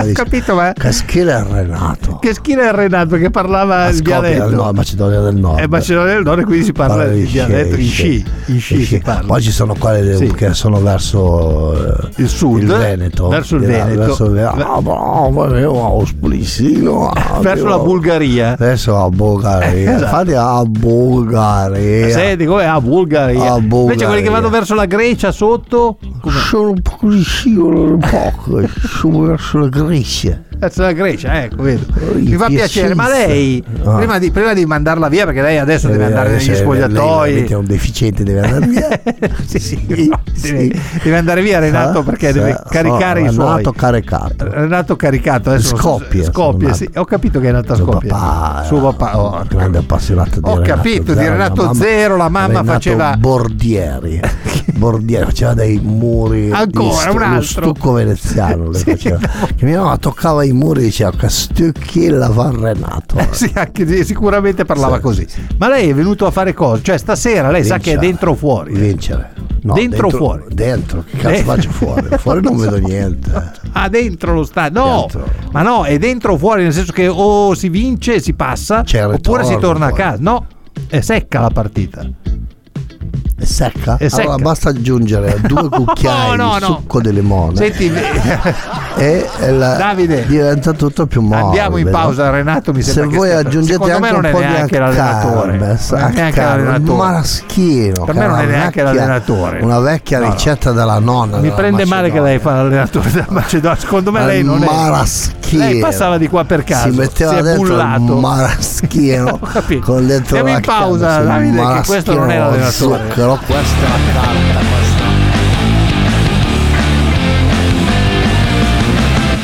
Speaker 7: <laughs> Ho
Speaker 8: dice,
Speaker 7: capito, ma-
Speaker 8: Che schifo è Renato.
Speaker 7: Che schiena è Renato che parlava
Speaker 8: A
Speaker 7: il
Speaker 8: Skopje,
Speaker 7: dialetto?
Speaker 8: no, Macedonia del Nord.
Speaker 7: È Macedonia del Nord, quindi si parla
Speaker 8: di
Speaker 7: il dialetto in sci, in sci si parla.
Speaker 8: Poi ci sono quelli
Speaker 7: Sì.
Speaker 8: che sono verso eh,
Speaker 7: Il sud,
Speaker 8: il Veneto,
Speaker 7: verso il
Speaker 8: Di là,
Speaker 7: Veneto.
Speaker 8: verso, il- ah, boh, vabbè, oh, Splissino, ah,
Speaker 7: <laughs> verso la
Speaker 8: boh.
Speaker 7: Bulgaria.
Speaker 8: Verso la Bulgaria,
Speaker 7: Esatto.
Speaker 8: infatti a Bulgaria.
Speaker 7: Senti come a Bulgaria.
Speaker 8: Ah,
Speaker 7: Invece
Speaker 8: Bulgaria.
Speaker 7: quelli che vanno verso la Grecia sotto,
Speaker 8: Sono un po' così singolo, un po' sono verso la Grecia.
Speaker 7: verso la Grecia, ecco, vedo.
Speaker 8: Oh,
Speaker 7: Mi fa
Speaker 8: che
Speaker 7: piacere, ma
Speaker 8: schifo.
Speaker 7: lei
Speaker 8: Ah.
Speaker 7: prima, di, prima di mandarla via, perché lei adesso deve andare
Speaker 8: Eh,
Speaker 7: negli
Speaker 8: se lei
Speaker 7: spogliatoi.
Speaker 8: veramente È un deficiente, deve andare via.
Speaker 7: <laughs> Sì, sì,
Speaker 8: Sì,
Speaker 7: no,
Speaker 8: <laughs> sì.
Speaker 7: Deve, deve andare via Renato
Speaker 8: Ah,
Speaker 7: perché
Speaker 8: sì,
Speaker 7: deve
Speaker 8: sono
Speaker 7: caricare i suoi.
Speaker 8: Renato caricato.
Speaker 7: Renato caricato adesso non so se-
Speaker 8: Scoppie, sono
Speaker 7: Scoppie,
Speaker 8: nato.
Speaker 7: sì. ho capito che è nata a
Speaker 8: Suo
Speaker 7: Scoppie
Speaker 8: papà,
Speaker 7: suo
Speaker 8: era
Speaker 7: papà oh,
Speaker 8: un grande <laughs> appassionato di
Speaker 7: ho
Speaker 8: Renato
Speaker 7: capito
Speaker 8: Zero,
Speaker 7: di
Speaker 8: la
Speaker 7: Renato
Speaker 8: mamma-
Speaker 7: Zero la mamma
Speaker 8: Renato
Speaker 7: faceva <laughs>
Speaker 8: Bordieri Bordieri faceva dei muri di
Speaker 7: Ancora, un
Speaker 8: lo
Speaker 7: altro.
Speaker 8: stucco veneziano
Speaker 7: <laughs>
Speaker 8: le
Speaker 7: Sì,
Speaker 8: faceva. che mia mamma toccava i muri e diceva che stucchi la fa Renato
Speaker 7: <laughs> <laughs> sì, anche di- sicuramente parlava
Speaker 8: Sì,
Speaker 7: così ma lei è venuto a fare cosa cioè stasera lei sa che è
Speaker 8: Vincere.
Speaker 7: dentro o fuori
Speaker 8: vincere No,
Speaker 7: Dentro o fuori?
Speaker 8: dentro che cazzo
Speaker 7: Eh.
Speaker 8: faccio fuori fuori
Speaker 7: <laughs>
Speaker 8: non vedo niente
Speaker 7: ah dentro lo stadio no
Speaker 8: Dentro.
Speaker 7: ma no è dentro o fuori nel senso che o si vince e si passa
Speaker 8: C'è il
Speaker 7: oppure si
Speaker 8: ritorno,
Speaker 7: torna a
Speaker 8: poi.
Speaker 7: casa no è secca la partita
Speaker 8: è secca?
Speaker 7: È
Speaker 8: allora
Speaker 7: secca.
Speaker 8: basta aggiungere due cucchiai
Speaker 7: <laughs> <laughs> no,
Speaker 8: di
Speaker 7: no.
Speaker 8: succo di limone
Speaker 7: senti
Speaker 8: <laughs> e e la-
Speaker 7: Davide,
Speaker 8: diventa tutto più morbido
Speaker 7: Andiamo in pausa, Renato. Mi
Speaker 8: se
Speaker 7: sembra che
Speaker 8: voi
Speaker 7: stia-
Speaker 8: aggiungete
Speaker 7: Secondo me
Speaker 8: anche
Speaker 7: non
Speaker 8: un
Speaker 7: è
Speaker 8: po'
Speaker 7: neanche
Speaker 8: di
Speaker 7: l'allenatore.
Speaker 8: Carbes,
Speaker 7: Non è neanche
Speaker 8: Carbes,
Speaker 7: l'allenatore.
Speaker 8: Maraschino,
Speaker 7: Per
Speaker 8: che
Speaker 7: me non
Speaker 8: era
Speaker 7: è
Speaker 8: una
Speaker 7: neanche
Speaker 8: vecchia-
Speaker 7: l'allenatore.
Speaker 8: Una vecchia
Speaker 7: No, no.
Speaker 8: ricetta della nonna.
Speaker 7: Mi
Speaker 8: della
Speaker 7: prende male che
Speaker 8: Macedonia.
Speaker 7: lei fa l'allenatore della Macedonia. Secondo me
Speaker 8: Al
Speaker 7: lei non è.
Speaker 8: Maraschino.
Speaker 7: Lei passava di qua per caso.
Speaker 8: Si metteva
Speaker 7: si è
Speaker 8: dentro
Speaker 7: bullato.
Speaker 8: il maraschino
Speaker 7: Ho <laughs> capito.
Speaker 8: con dentro
Speaker 7: Andiamo
Speaker 8: la
Speaker 7: in pausa,
Speaker 8: chiave, sul
Speaker 7: Davide, che
Speaker 8: maraschino
Speaker 7: questo non era
Speaker 8: con
Speaker 7: l'allenatore.
Speaker 8: zucchero, questa è la carta.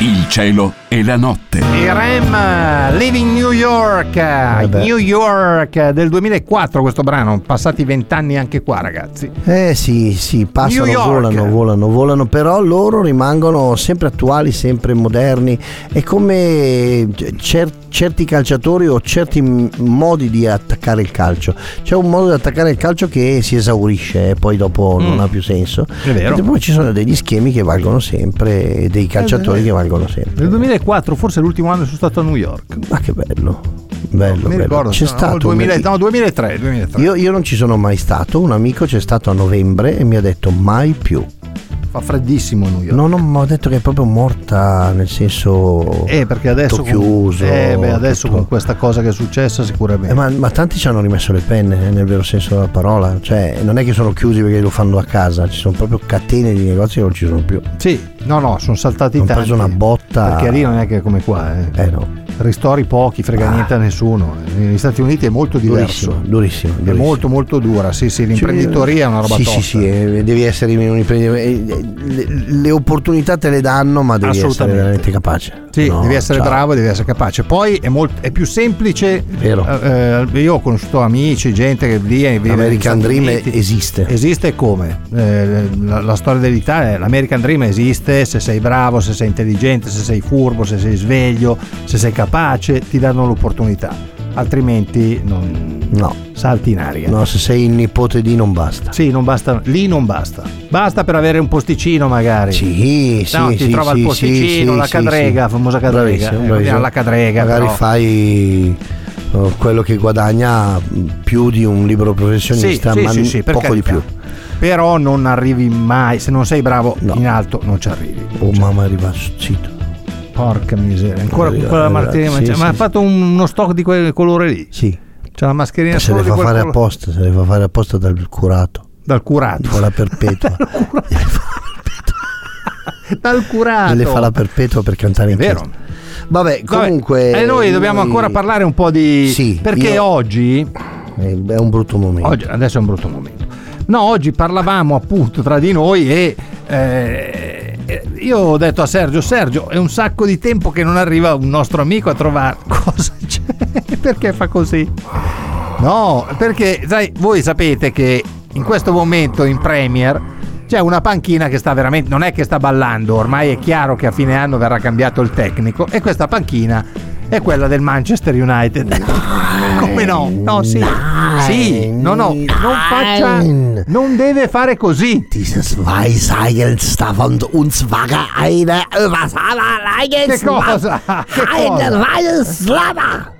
Speaker 6: Il cielo e la notte.
Speaker 7: I Rem Living New York.
Speaker 8: Eh beh.
Speaker 7: New York del 2004. Questo brano. Passati vent'anni anche qua, ragazzi.
Speaker 8: Eh sì, sì, passano,
Speaker 7: New York.
Speaker 8: volano, volano, volano, però loro rimangono sempre attuali, sempre moderni e come cer- certi calciatori o certi m- modi di attaccare il calcio. C'è un modo di attaccare il calcio che si esaurisce e poi dopo non ha più senso.
Speaker 7: Mm. È vero.
Speaker 8: E poi ci sono degli schemi che valgono sempre, e dei
Speaker 7: Eh,
Speaker 8: calciatori che valgono sempre.
Speaker 7: Nel 2004, forse è l'ultimo anno che sono stato a New York.
Speaker 8: Ma che bello, bello,
Speaker 7: Mi
Speaker 8: bello.
Speaker 7: ricordo.
Speaker 8: C'è
Speaker 7: no,
Speaker 8: stato un
Speaker 7: 2000
Speaker 8: epic-
Speaker 7: no, 2003. 2003.
Speaker 8: Io, io non ci sono mai stato, un amico c'è stato a novembre e mi ha detto mai più.
Speaker 7: Fa freddissimo New York.
Speaker 8: No, no, ma ho detto che è proprio morta, nel senso...
Speaker 7: Eh, perché adesso
Speaker 8: tutto
Speaker 7: con-
Speaker 8: chiuso.
Speaker 7: eh, beh, adesso
Speaker 8: tutto-
Speaker 7: con questa cosa che è successa sicuramente.
Speaker 8: Eh, ma, ma tanti ci hanno rimesso le penne, eh, nel vero senso della parola. Cioè, non è che sono chiusi perché lo fanno a casa, ci sono proprio catene di negozi che non ci sono più.
Speaker 7: Sì, no, no, sono saltati
Speaker 8: Hanno
Speaker 7: tanti.
Speaker 8: preso una botta.
Speaker 7: Perché lì non è che è come qua, eh.
Speaker 8: Eh no.
Speaker 7: ristori pochi, frega niente a nessuno. Negli Stati Uniti è molto diverso.
Speaker 8: Durissimo, durissimo,
Speaker 7: È
Speaker 8: durissimo.
Speaker 7: molto molto dura, sì sì, l'imprenditoria è una roba
Speaker 8: Sì,
Speaker 7: tosta.
Speaker 8: sì, sì, eh, devi essere un imprenditore. eh, Le, le opportunità te le danno, ma devi essere
Speaker 7: Assolutamente.
Speaker 8: veramente capace.
Speaker 7: Sì,
Speaker 8: No,
Speaker 7: devi essere
Speaker 8: ciao.
Speaker 7: bravo, devi essere capace. Poi è, molt- è più semplice.
Speaker 8: Vero.
Speaker 7: eh, eh, io ho conosciuto amici, gente che lì è vive negli
Speaker 8: L'American
Speaker 7: Stati
Speaker 8: Dream
Speaker 7: Uniti.
Speaker 8: esiste.
Speaker 7: Esiste come? Eh, la, la storia dell'Italia, l'American Dream esiste se sei bravo, se sei intelligente, se sei furbo, se sei sveglio, se sei capace, ti danno l'opportunità. Altrimenti non
Speaker 8: No.
Speaker 7: salti in aria.
Speaker 8: No, se sei il nipote di non basta.
Speaker 7: Sì, non basta, lì non basta. Basta per avere un posticino magari.
Speaker 8: Sì, sì,
Speaker 7: No, ti
Speaker 8: sì,
Speaker 7: trova
Speaker 8: sì,
Speaker 7: il posticino,
Speaker 8: sì,
Speaker 7: la
Speaker 8: sì,
Speaker 7: cadrega,
Speaker 8: sì.
Speaker 7: famosa cadrega.
Speaker 8: Bravissimo,
Speaker 7: Eh,
Speaker 8: bravissimo.
Speaker 7: la cadrega,
Speaker 8: Magari
Speaker 7: però.
Speaker 8: fai eh, quello che guadagna più di un libero professionista, ma
Speaker 7: per
Speaker 8: poco di
Speaker 7: carità.
Speaker 8: più.
Speaker 7: Però non arrivi mai, se non sei bravo
Speaker 8: No.
Speaker 7: in alto non ci arrivi. Cioè,
Speaker 8: Oh mamma è ribassito.
Speaker 7: Porca miseria, ancora con
Speaker 8: Arriva-
Speaker 7: quella
Speaker 8: arriva-
Speaker 7: martina,
Speaker 8: sì,
Speaker 7: ma
Speaker 8: sì,
Speaker 7: ha
Speaker 8: sì.
Speaker 7: fatto un- uno stock di quel colore lì.
Speaker 8: Sì.
Speaker 7: C'è Cioè, la mascherina
Speaker 8: Se
Speaker 7: solo
Speaker 8: le
Speaker 7: di
Speaker 8: fa
Speaker 7: quel
Speaker 8: fare
Speaker 7: colore-
Speaker 8: apposta, se le fa fare apposta dal curato,
Speaker 7: <laughs> dal
Speaker 8: tipo
Speaker 7: curato.
Speaker 8: la perpetua.
Speaker 7: <laughs> dal curato.
Speaker 8: Se le fa la perpetua per cantare
Speaker 7: È
Speaker 8: in
Speaker 7: vero.
Speaker 8: chiesa. Vabbè,
Speaker 7: Vabbè,
Speaker 8: comunque. eh,
Speaker 7: e noi dobbiamo ancora parlare un po' di
Speaker 8: Sì,
Speaker 7: perché
Speaker 8: io-
Speaker 7: oggi
Speaker 8: Eh, È un brutto momento.
Speaker 7: Oggi- adesso è un brutto momento. No, oggi parlavamo appunto tra di noi e eh, eh, io ho detto a Sergio, Sergio è un sacco di tempo che non arriva un nostro amico a trovare <laughs> cosa c'è, perché fa così? No, perché sai, voi sapete che in questo momento in Premier c'è una panchina che sta veramente, non è che sta ballando, ormai è chiaro che a fine anno verrà cambiato il tecnico e questa panchina è quella del Manchester United. Come no? No, sì. Sì, no, no, non faccia non deve fare così. <laughs>
Speaker 8: Dieses Weißeigel sta von uns wacker eine Übersala
Speaker 7: Che cosa? Che cosa?
Speaker 8: Weißlava.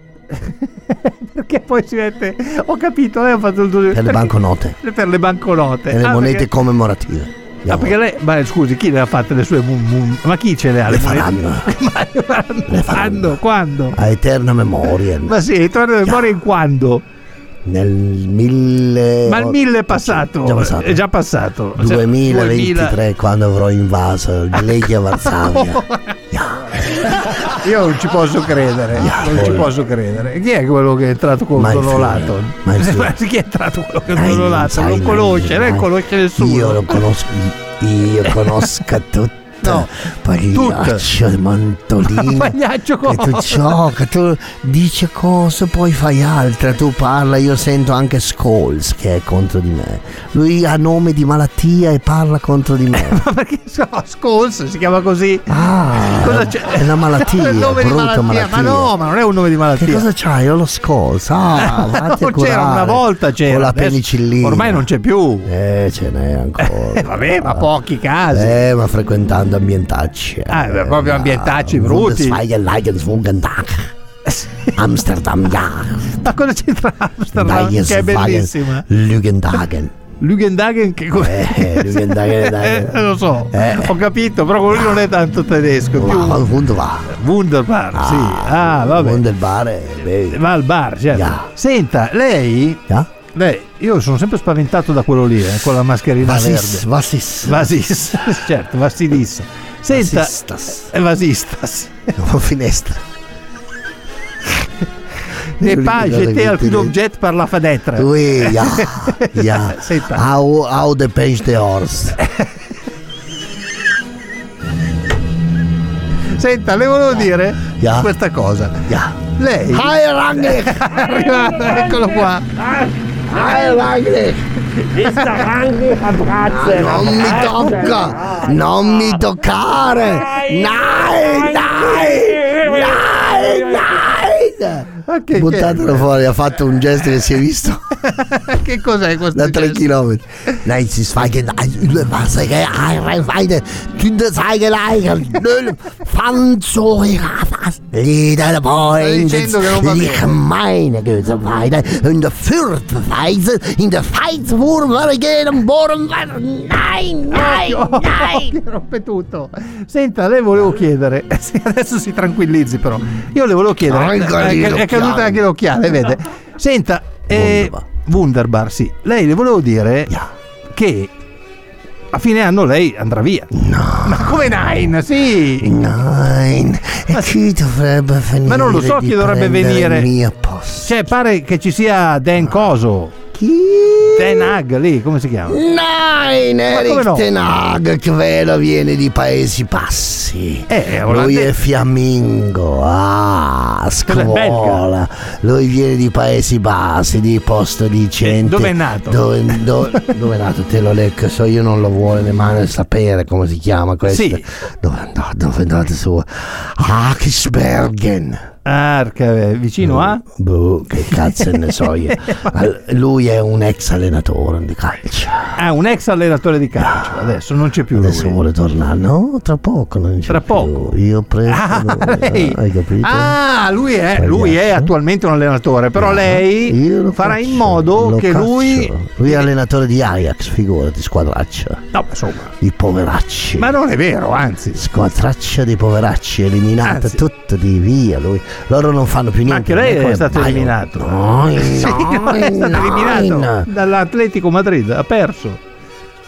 Speaker 7: Perché poi si mette Ho capito, lei ha fatto il
Speaker 8: Per le banconote
Speaker 7: Per le banconote.
Speaker 8: e le
Speaker 7: Eh, Ah,
Speaker 8: monete
Speaker 7: perché-
Speaker 8: commemorative.
Speaker 7: Ah, perché lei, ma scusi, chi le ha fatte le sue mum, mum? Ma chi ce le ha?
Speaker 8: le
Speaker 7: monete?
Speaker 8: faranno
Speaker 7: Ma <laughs> le faranno?
Speaker 8: Le faranno.
Speaker 7: Quando?
Speaker 8: Eh.
Speaker 7: Quando?
Speaker 8: a eterna memoria
Speaker 7: Ma sì, torna a memoria in quando?
Speaker 8: nel mille.
Speaker 7: Ma il mille è passato.
Speaker 8: Eh, Già passato.
Speaker 7: È già passato. Cioè,
Speaker 8: 2023 quando avrò invaso
Speaker 7: <laughs>
Speaker 8: il Legia
Speaker 7: Oh.
Speaker 8: Varsavia.
Speaker 7: Io non ci posso credere, non ci posso credere. Chi è quello che è entrato con
Speaker 8: Ma il
Speaker 7: Donolato? <laughs>
Speaker 8: figlio, ma il figlio.
Speaker 7: Chi è entrato quello con
Speaker 8: Dai,
Speaker 7: Donolato?
Speaker 8: sai,
Speaker 7: Non
Speaker 8: dai,
Speaker 7: conosce,
Speaker 8: dai.
Speaker 7: non conosce <laughs>
Speaker 8: Io
Speaker 7: nessuno.
Speaker 8: lo conosco, io
Speaker 7: <laughs>
Speaker 8: conosco tutto.
Speaker 7: No, <laughs>
Speaker 8: Pagliaccio di Mantolino.
Speaker 7: Pagliaccio
Speaker 8: che tu
Speaker 7: cosa?
Speaker 8: gioca, tu dici cose, poi fai altre, tu parla, io sento anche Scholes che è contro di me. Lui ha nome di malattia e parla contro
Speaker 7: <laughs>
Speaker 8: di me.
Speaker 7: <laughs> Ma perché so, Scholes si chiama così?
Speaker 8: Ah,
Speaker 7: Cosa c'è?
Speaker 8: è una
Speaker 7: <laughs>
Speaker 8: malattia,
Speaker 7: È un nome di
Speaker 8: brutta
Speaker 7: malattia. Ma
Speaker 8: malattia.
Speaker 7: no, ma non è un nome di
Speaker 8: Che
Speaker 7: malattia. <laughs>
Speaker 8: cosa c'hai? Ho lo Scholes. Ah, vatti a
Speaker 7: non c'era
Speaker 8: curare.
Speaker 7: una volta c'era.
Speaker 8: Con la
Speaker 7: adesso-
Speaker 8: penicillina.
Speaker 7: Ormai non c'è
Speaker 8: <laughs>
Speaker 7: più.
Speaker 8: Eh, ce n'è ancora. Ah.
Speaker 7: Eh, <laughs> vabbè, ma pochi casi.
Speaker 8: Eh, ma frequentando ambientacci. Ah,
Speaker 7: Ah, beh, proprio ambientacci brutti.
Speaker 8: Bundesweigel-Leigenswungendach. Amsterdam, ja.
Speaker 7: <laughs> Ma cosa c'entra Amsterdam? Che è bellissima.
Speaker 8: Lügendagen.
Speaker 7: Lügendagen che cos'è? <laughs>
Speaker 8: Eh, Lügendagen, dai.
Speaker 7: Eh, lo so,
Speaker 8: Eh.
Speaker 7: ho capito, però quello lì non è tanto tedesco, è più
Speaker 8: Wow, Wunderbar.
Speaker 7: Wunderbar, sì. Ah, vabbè.
Speaker 8: Wunderbar, eh, beh.
Speaker 7: Va al bar, certo.
Speaker 8: Ja.
Speaker 7: Senta, lei,
Speaker 8: Ja?
Speaker 7: lei, io sono sempre spaventato da quello lì, eh, con la mascherina
Speaker 8: Was ist,
Speaker 7: verde.
Speaker 8: was ist?
Speaker 7: Vasis, <laughs> certo, Vasidis. Senta,
Speaker 8: Vasistas.
Speaker 7: eh, Vasistas.
Speaker 8: Una finestra.
Speaker 7: Ne
Speaker 8: Quelli
Speaker 7: pas,
Speaker 8: che
Speaker 7: j'étais al
Speaker 8: guardano i
Speaker 7: più
Speaker 8: tedeschi.
Speaker 7: d'objet par la fenêtre.
Speaker 8: Oui,
Speaker 7: <laughs>
Speaker 8: ja, ja.
Speaker 7: Senta. Eh,
Speaker 8: How, how the page the horse.
Speaker 7: Senta, le
Speaker 8: Ah,
Speaker 7: volevo dire
Speaker 8: Ja.
Speaker 7: questa cosa.
Speaker 8: Ja.
Speaker 7: Lei
Speaker 8: Hi, Rangnick!
Speaker 7: arrivato,
Speaker 8: eh,
Speaker 7: eccolo qua.
Speaker 8: Hi, Rangnick! Ah, Non mi tocca! Non mi toccare! Nein, nein! Nein, nein!
Speaker 7: Ma che-
Speaker 8: Buttatelo fuori, ha fatto un gesto che si è visto
Speaker 7: Eh, che, che cos'è questo?
Speaker 8: da 3
Speaker 7: gesto?
Speaker 8: km. Nein, si sfaghen Wasser, Feinde, Tünde Zeigeleichen, Null, Fanzo,
Speaker 7: Stai
Speaker 8: Lederbein,
Speaker 7: dicendo che non va bene.
Speaker 8: ich meine Güte, Feinde, in der Fürthweise, in der Feizwurmer, gehen, Bohren, nein, nein,
Speaker 7: <laughs>
Speaker 8: nein.
Speaker 7: Che rompe tutto. Senta, le volevo chiedere. <laughs> Sì, adesso si tranquillizzi, però. Io le volevo chiedere.
Speaker 8: Anche lì
Speaker 7: È, è
Speaker 8: l'occhiale.
Speaker 7: caduta anche l'occhiale, vede. Senta, eh,
Speaker 8: Wunderbar.
Speaker 7: Wunderbar, sì. Lei le volevo dire
Speaker 8: Ja.
Speaker 7: che a fine anno lei andrà via. No. Ma come Nine? Sì.
Speaker 8: Nine. E chi dovrebbe venire?
Speaker 7: Ma non lo so
Speaker 8: di
Speaker 7: chi dovrebbe
Speaker 8: prendere
Speaker 7: venire.
Speaker 8: il mio posto.
Speaker 7: Cioè, pare che ci sia Dan Coso.
Speaker 8: Chi?
Speaker 7: Dan Hag lì, come si chiama?
Speaker 8: Nine,
Speaker 7: come
Speaker 8: Eric
Speaker 7: no?
Speaker 8: Tenag, che ve lo viene di Paesi Bassi.
Speaker 7: Eh, è
Speaker 8: Lui
Speaker 7: olandese.
Speaker 8: è fiammingo, ah,
Speaker 7: belga? Eh,
Speaker 8: scuola. Lui viene di Paesi Bassi, di posto dicente.
Speaker 7: dove è nato? <laughs>
Speaker 8: Dove, do- dove è nato? Te lo leggo, so io non lo vuole nemmeno sapere come si chiama questo.
Speaker 7: Sì.
Speaker 8: Dove è andato? Dove è andato su? Haxbergen.
Speaker 7: Arca, eh, vicino a.
Speaker 8: Boh, che cazzo ne so
Speaker 7: <laughs>
Speaker 8: io. Al- Lui è un ex allenatore di calcio.
Speaker 7: Ah, un ex allenatore di calcio. Adesso non c'è più
Speaker 8: Adesso
Speaker 7: lui.
Speaker 8: vuole tornare. No, tra poco. Non c'è
Speaker 7: Tra
Speaker 8: più.
Speaker 7: poco.
Speaker 8: Io prendo.
Speaker 7: Ah, <laughs> lei.
Speaker 8: Hai capito?
Speaker 7: Ah, lui è, lui è
Speaker 8: Sbagliato.
Speaker 7: attualmente un allenatore, però
Speaker 8: Ah, io
Speaker 7: lei
Speaker 8: lo
Speaker 7: farà in
Speaker 8: faccio,
Speaker 7: modo
Speaker 8: lo
Speaker 7: che
Speaker 8: faccio.
Speaker 7: lui...
Speaker 8: Lui è allenatore di Ajax, figurati, squadraccia.
Speaker 7: No, ma insomma.
Speaker 8: Di poveracci.
Speaker 7: Ma non è vero, anzi.
Speaker 8: Squadraccia di poveracci, eliminata
Speaker 7: Anzi.
Speaker 8: tutto di via. Lui. Loro non fanno più niente.
Speaker 7: Anche lei
Speaker 8: non
Speaker 7: è
Speaker 8: come
Speaker 7: stato
Speaker 8: Bayern.
Speaker 7: eliminato.
Speaker 8: No,
Speaker 7: <laughs> Sì, no, è stato eliminato dall'Atletico Madrid, ha perso.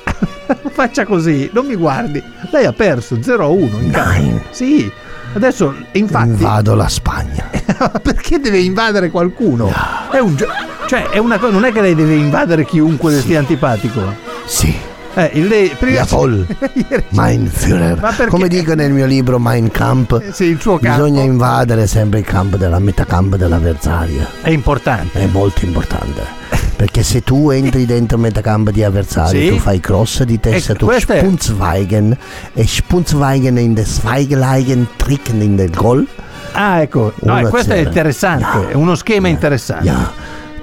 Speaker 7: <laughs> Faccia così, non mi guardi. Lei ha perso 0-1 in casa.
Speaker 8: Nein.
Speaker 7: Sì. Adesso, infatti, Eh,
Speaker 8: Vado la Spagna.
Speaker 7: <laughs> perché deve invadere qualcuno? È un gio- cioè, è una cosa, non è che lei deve invadere chiunque le sia antipatico.
Speaker 8: Sì.
Speaker 7: Eh, il le- prima-
Speaker 8: Jawohl.
Speaker 7: <laughs> Ieri-
Speaker 8: Mein Führer.
Speaker 7: Ma perché? Eh,
Speaker 8: Come dico nel mio libro Mein Kampf,
Speaker 7: sì, il suo campo
Speaker 8: bisogna invadere sempre il campo della metà campo dell'avversario.
Speaker 7: è importante.
Speaker 8: È molto importante.
Speaker 7: <laughs>
Speaker 8: Perché se tu entri dentro il metacampo di avversario,
Speaker 7: Sì.
Speaker 8: tu fai cross di testa,
Speaker 7: E
Speaker 8: tu
Speaker 7: questo è-
Speaker 8: Spunzweigen e Spunzweigen in der Zweigeleigen tricken in del Goal.
Speaker 7: Ah, ecco, no,
Speaker 8: Uno a
Speaker 7: questo è
Speaker 8: zero.
Speaker 7: interessante,
Speaker 8: Yeah.
Speaker 7: è uno schema interessante.
Speaker 8: Ja.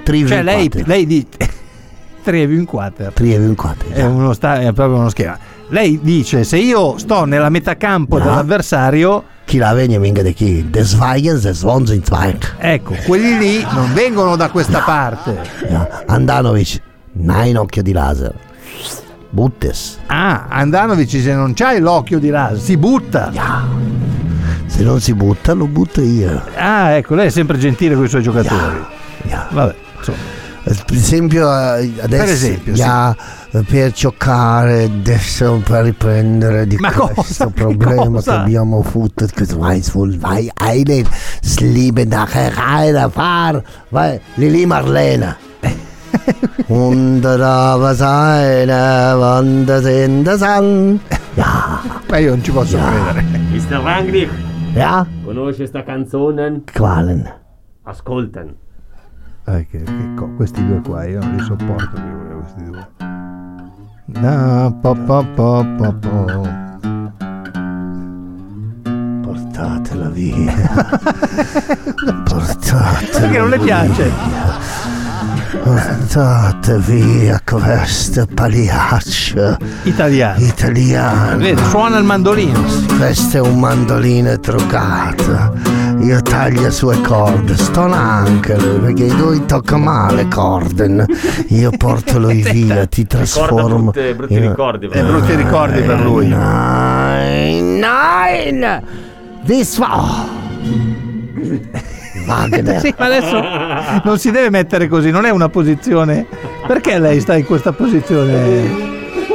Speaker 8: Tri
Speaker 7: Ah. Cioè, lei,
Speaker 8: Tri
Speaker 7: lei dice <laughs> 3 in 4.
Speaker 8: in quattro.
Speaker 7: È, uno sta- è proprio uno schema. Lei dice: Se io sto nella metà campo
Speaker 8: No.
Speaker 7: dell'avversario,
Speaker 8: Chi la vegna minga di chi? Der Zweigen, der Zwonsen Zweig.
Speaker 7: ecco, quelli lì non vengono da questa parte.
Speaker 8: Ja. Eh, Andanovic, nein occhio di laser. Buttes.
Speaker 7: Ah, Andanovic, se non c'hai l'occhio di là, si butta.
Speaker 8: Se non si butta, lo butto io.
Speaker 7: Ah, ecco, lei è sempre gentile con i suoi giocatori.
Speaker 8: Ja.
Speaker 7: Vabbè, insomma.
Speaker 8: Per esempio, eh, adesso
Speaker 7: esempio,
Speaker 8: ja, eh, per giocare, adesso per riprendere di
Speaker 7: Ma
Speaker 8: questo <laughs>
Speaker 7: cosa? Che
Speaker 8: problema
Speaker 7: cosa?
Speaker 8: che abbiamo avuto, che Schweinsvoll, vai, Einen, Sliebe nachher einer, fahr, vai,
Speaker 7: <laughs>
Speaker 8: Lili Marlena. Und da was eine Wand in der Sand. Ja,
Speaker 7: Ma io non ci posso credere.
Speaker 11: Mr. Rangnick,
Speaker 8: ja,
Speaker 11: conosce sta canzone?
Speaker 8: Qualen.
Speaker 11: Ascoltan.
Speaker 7: Eh, che- che co- questi due qua, io non li sopporto più questi due. No, po, po, po, po, po.
Speaker 8: Portatela via. <laughs> Portatela.
Speaker 7: Perché non le piace?
Speaker 8: Portate via questa pagliaccia
Speaker 7: Italiano.
Speaker 8: italiana.
Speaker 7: Vedi, suona il mandolino.
Speaker 8: Questo è un mandolino truccato. Io taglio sue corde, stona anche lui perché lui tocca male
Speaker 7: <laughs>
Speaker 8: corden. Io porto lui via, ti trasformo.
Speaker 11: brutte- brutti
Speaker 8: in-
Speaker 11: ricordi,
Speaker 7: E brutti ricordi per lui.
Speaker 8: Nein, nein! This war. <laughs> Wagner.
Speaker 7: Oh. Sì, ma <laughs> adesso non si deve mettere così, non è una posizione. Perché lei sta in questa posizione?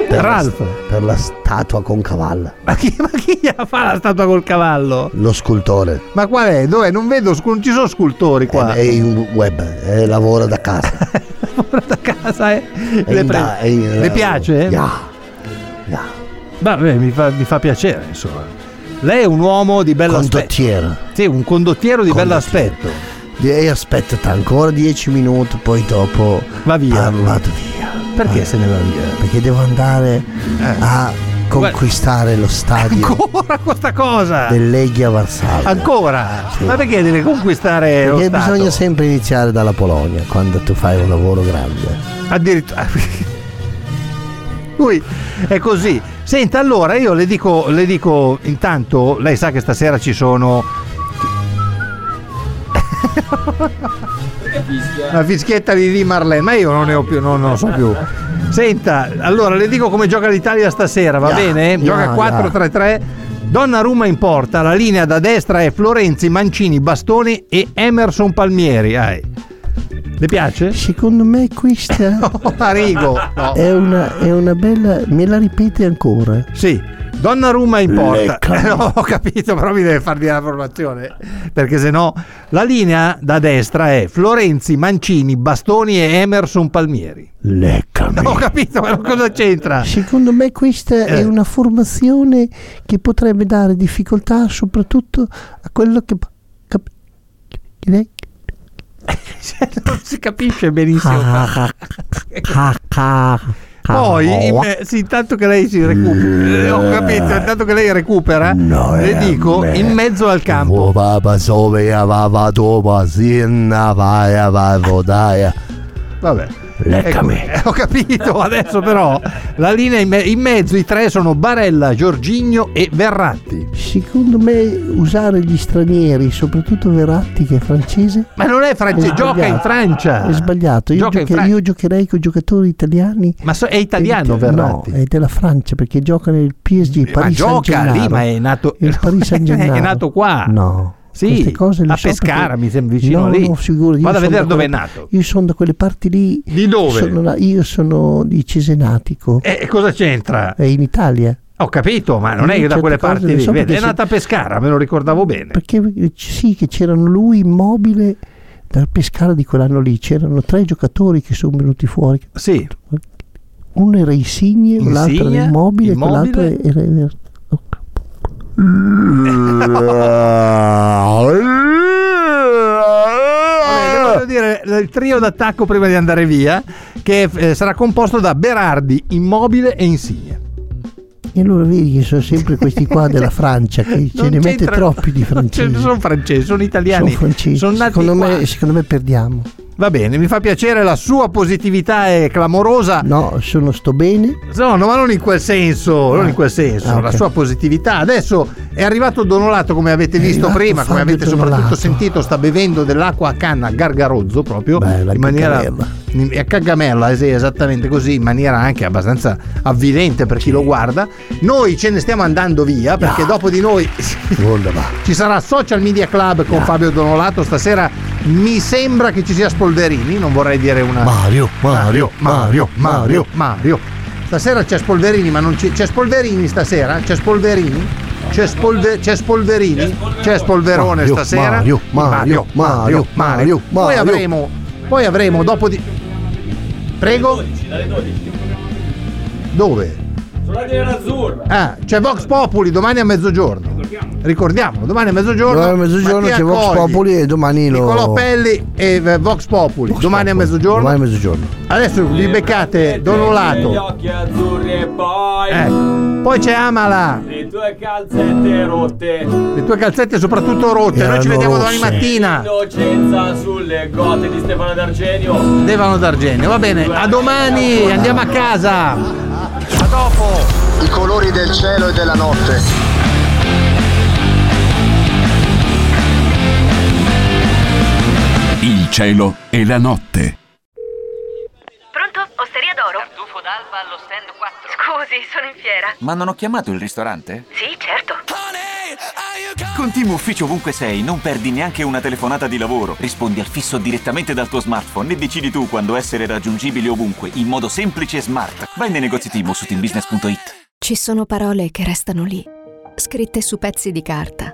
Speaker 8: per la-
Speaker 7: Ralph.
Speaker 8: per la statua con cavallo.
Speaker 7: Ma chi, ma chi gliela fa la statua col cavallo?
Speaker 8: Lo scultore.
Speaker 7: Ma qual è? Dov'è? Non vedo, scu- non ci sono scultori qua.
Speaker 8: È, è un web, è lavora
Speaker 7: <laughs>
Speaker 8: da casa.
Speaker 7: da casa eh.
Speaker 8: È
Speaker 7: le,
Speaker 8: in
Speaker 7: pre-
Speaker 8: da- è in-
Speaker 7: le piace?
Speaker 8: Ja. Ja.
Speaker 7: Vabbè, mi fa, mi fa piacere, insomma. Lei è un uomo di bello aspetto.
Speaker 8: Condottiero.
Speaker 7: Sì, un condottiero di bello
Speaker 8: Condottiero.
Speaker 7: aspetto.
Speaker 8: E eh, aspetta ancora 10 minuti, poi dopo
Speaker 7: Va via.
Speaker 8: Ah, vado via. Ah.
Speaker 7: Perché se ne va via? Eh.
Speaker 8: Perché devo andare a conquistare lo stadio
Speaker 7: Ancora questa cosa?
Speaker 8: dell'Eghia Varsavia.
Speaker 7: Ancora? Ma perché deve conquistare lo
Speaker 8: Perché
Speaker 7: Stato?
Speaker 8: bisogna sempre iniziare dalla Polonia quando tu fai un lavoro grande.
Speaker 7: Addirittura. Lui è così. Senta, allora io le dico, le dico intanto, lei sa che stasera ci sono. Una fischietta di Di Marlene, ma io non ne ho più, non, non so più. Senta, allora le dico come gioca l'Italia stasera, va
Speaker 8: Yeah,
Speaker 7: bene? Gioca
Speaker 8: yeah,
Speaker 7: 4-3-3. Donna Ruma in porta, la linea da destra è Florenzi, Mancini, Bastoni e Emerson Palmieri. Ai. Le piace?
Speaker 8: Secondo me
Speaker 7: <laughs>
Speaker 8: questa
Speaker 7: Marigo. No.
Speaker 8: è, una, è una bella. Me la ripete ancora.
Speaker 7: Sì, Donnarumma in porta. <laughs> No, ho capito, però mi deve far dire la formazione. Perché sennò la linea da destra è Florenzi, Mancini, Bastoni e Emerson Palmieri.
Speaker 8: Leccami.
Speaker 7: Ho capito, ma cosa <laughs> c'entra?
Speaker 8: Secondo me questa
Speaker 7: Eh.
Speaker 8: è una formazione che potrebbe dare difficoltà soprattutto a quello che... cap- chi è?
Speaker 7: Cioè, non si capisce benissimo. Poi,
Speaker 8: Poi
Speaker 7: in- eh, sì, intanto che lei si recupera, eh, ho capito, intanto che lei recupera,
Speaker 8: No,
Speaker 7: le
Speaker 8: eh,
Speaker 7: dico
Speaker 8: beh.
Speaker 7: in mezzo al campo. Vabbè.
Speaker 8: eh. Leccami.
Speaker 7: Ecco, eh, ho capito, adesso però la linea in, me- in mezzo, i tre sono Barella, Giorgigno e Verratti.
Speaker 8: Secondo me usare gli stranieri, soprattutto Verratti che è francese,
Speaker 7: Ma non è francese,
Speaker 8: È
Speaker 7: gioca in
Speaker 8: sbagliato.
Speaker 7: Francia.
Speaker 8: è sbagliato. Io,
Speaker 7: Gioca in
Speaker 8: gioche-
Speaker 7: Fran-
Speaker 8: io giocherei con i giocatori italiani.
Speaker 7: Ma so- è italiano
Speaker 8: Ita-
Speaker 7: Verratti.
Speaker 8: No, è della Francia perché gioca nel PSG.
Speaker 7: ma
Speaker 8: Paris
Speaker 7: gioca lì, ma <laughs> è nato
Speaker 8: Il Paris Saint Gennaro.
Speaker 7: È nato qua.
Speaker 8: No.
Speaker 7: Sì,
Speaker 8: queste cose le
Speaker 7: a
Speaker 8: so
Speaker 7: Pescara,
Speaker 8: perché-
Speaker 7: mi sembra vicino
Speaker 8: no,
Speaker 7: lì.
Speaker 8: No, figurati, io
Speaker 7: Vado a
Speaker 8: sono
Speaker 7: vedere
Speaker 8: da
Speaker 7: dove è
Speaker 8: quelle-
Speaker 7: nato.
Speaker 8: Io sono da quelle parti lì.
Speaker 7: Di dove?
Speaker 8: Sono là- io sono di Cesenatico.
Speaker 7: E cosa c'entra?
Speaker 8: È in Italia.
Speaker 7: Ho capito, ma non è che da
Speaker 8: Certe
Speaker 7: quelle
Speaker 8: cose
Speaker 7: parti
Speaker 8: le
Speaker 7: lì.
Speaker 8: so
Speaker 7: vede,
Speaker 8: perché
Speaker 7: è
Speaker 8: se-
Speaker 7: nata a Pescara, me lo ricordavo bene.
Speaker 8: Perché c- sì, che c'erano lui immobile dal Pescara di quell'anno lì. C'erano tre giocatori che sono venuti fuori.
Speaker 7: Sì,
Speaker 8: Uno era Insigne,
Speaker 7: Insigne,
Speaker 8: l'altro era Immobile,
Speaker 7: Immobile.
Speaker 8: quell'altro era... era-
Speaker 7: Vabbè,
Speaker 8: Ah!
Speaker 7: voglio dire il trio d'attacco prima di andare via, che eh, sarà composto da Berardi, Immobile e Insigne.
Speaker 8: E allora vedi che
Speaker 7: <laughs>
Speaker 8: sono sempre questi qua della Francia che ce
Speaker 7: Non
Speaker 8: ne mette
Speaker 7: c'entra-
Speaker 8: troppi di
Speaker 7: <laughs> non ce-
Speaker 8: francesi.
Speaker 7: Non sono francesi, sono
Speaker 8: Sono
Speaker 7: italiani.
Speaker 8: francesi.
Speaker 7: sono nati
Speaker 8: secondo,
Speaker 7: qua.
Speaker 8: me, secondo me perdiamo.
Speaker 7: Va bene, mi fa piacere, la sua positività è clamorosa.
Speaker 8: No, sono sto bene.
Speaker 7: No, no, ma non in quel senso, non in quel senso,
Speaker 8: Ah, ok.
Speaker 7: la sua positività. Adesso è arrivato Donolato, come avete
Speaker 8: È
Speaker 7: visto
Speaker 8: arrivato
Speaker 7: prima, come
Speaker 8: Eh, Fabio
Speaker 7: avete soprattutto
Speaker 8: Donolato.
Speaker 7: sentito, sta bevendo dell'acqua a canna a gargarozzo proprio
Speaker 8: Bella,
Speaker 7: in maniera
Speaker 8: cacamella.
Speaker 7: in- a cagamella, eh, sì, esattamente così, in maniera anche abbastanza avvilente per chi lo guarda. Noi ce ne stiamo andando via perché
Speaker 8: Ah.
Speaker 7: dopo di noi
Speaker 8: Onda va.
Speaker 7: ci sarà Social Media Club con Fabio Donolato stasera. Mi sembra che ci sia Spolderini, non vorrei dire una
Speaker 8: Mario, Mario, Mario, Mario.
Speaker 7: Mario. Stasera c'è Spolverini, ma non c'è. C'è Spolverini stasera? C'è Spolverini? C'è, Spolve- c'è Spolverini? C'è Spolverone
Speaker 8: Mario,
Speaker 7: stasera?
Speaker 8: Mario, Mario, Mario, Mario,
Speaker 7: Poi
Speaker 8: Mario.
Speaker 7: avremo, poi avremo dopo di. Prego? Dove? Ah, c'è Vox Populi domani a mezzogiorno. Ricordiamo, domani a mezzogiorno.
Speaker 8: Domani a mezzogiorno
Speaker 7: Mattia
Speaker 8: c'è Vox
Speaker 7: Cogli,
Speaker 8: Populi e domani lo-
Speaker 7: Nicolò Pelli e eh, Vox Populi. domani a mezzogiorno.
Speaker 8: Domani a mezzogiorno.
Speaker 7: Adesso vi beccate Donolato.
Speaker 11: Eh. occhi azzurri e poi
Speaker 7: Eh. Poi c'è Amala,
Speaker 11: le tue calzette rotte.
Speaker 7: le tue calzette soprattutto rotte. Noi ci
Speaker 8: Erano
Speaker 7: vediamo domani
Speaker 8: rosse.
Speaker 7: mattina.
Speaker 11: Innocenza sulle gote di Stefano D'Argenio.
Speaker 7: Devano d'argenio, va bene. A domani, andiamo a casa. A dopo.
Speaker 4: I colori del cielo e della notte.
Speaker 6: Il cielo e la notte.
Speaker 1: Pronto? Osteria d'oro?
Speaker 2: Tartufo d'alba allo stand 4.
Speaker 1: Scusi, sono in fiera.
Speaker 3: Ma non ho chiamato il ristorante?
Speaker 1: Sì, certo.
Speaker 3: Con Team Ufficio ovunque sei non perdi neanche una telefonata di lavoro. Rispondi al fisso direttamente dal tuo smartphone e decidi tu quando essere raggiungibile ovunque in modo semplice e smart. Vai nei negozi Team o su teambusiness.it.
Speaker 9: Ci sono parole che restano lì, scritte su pezzi di carta,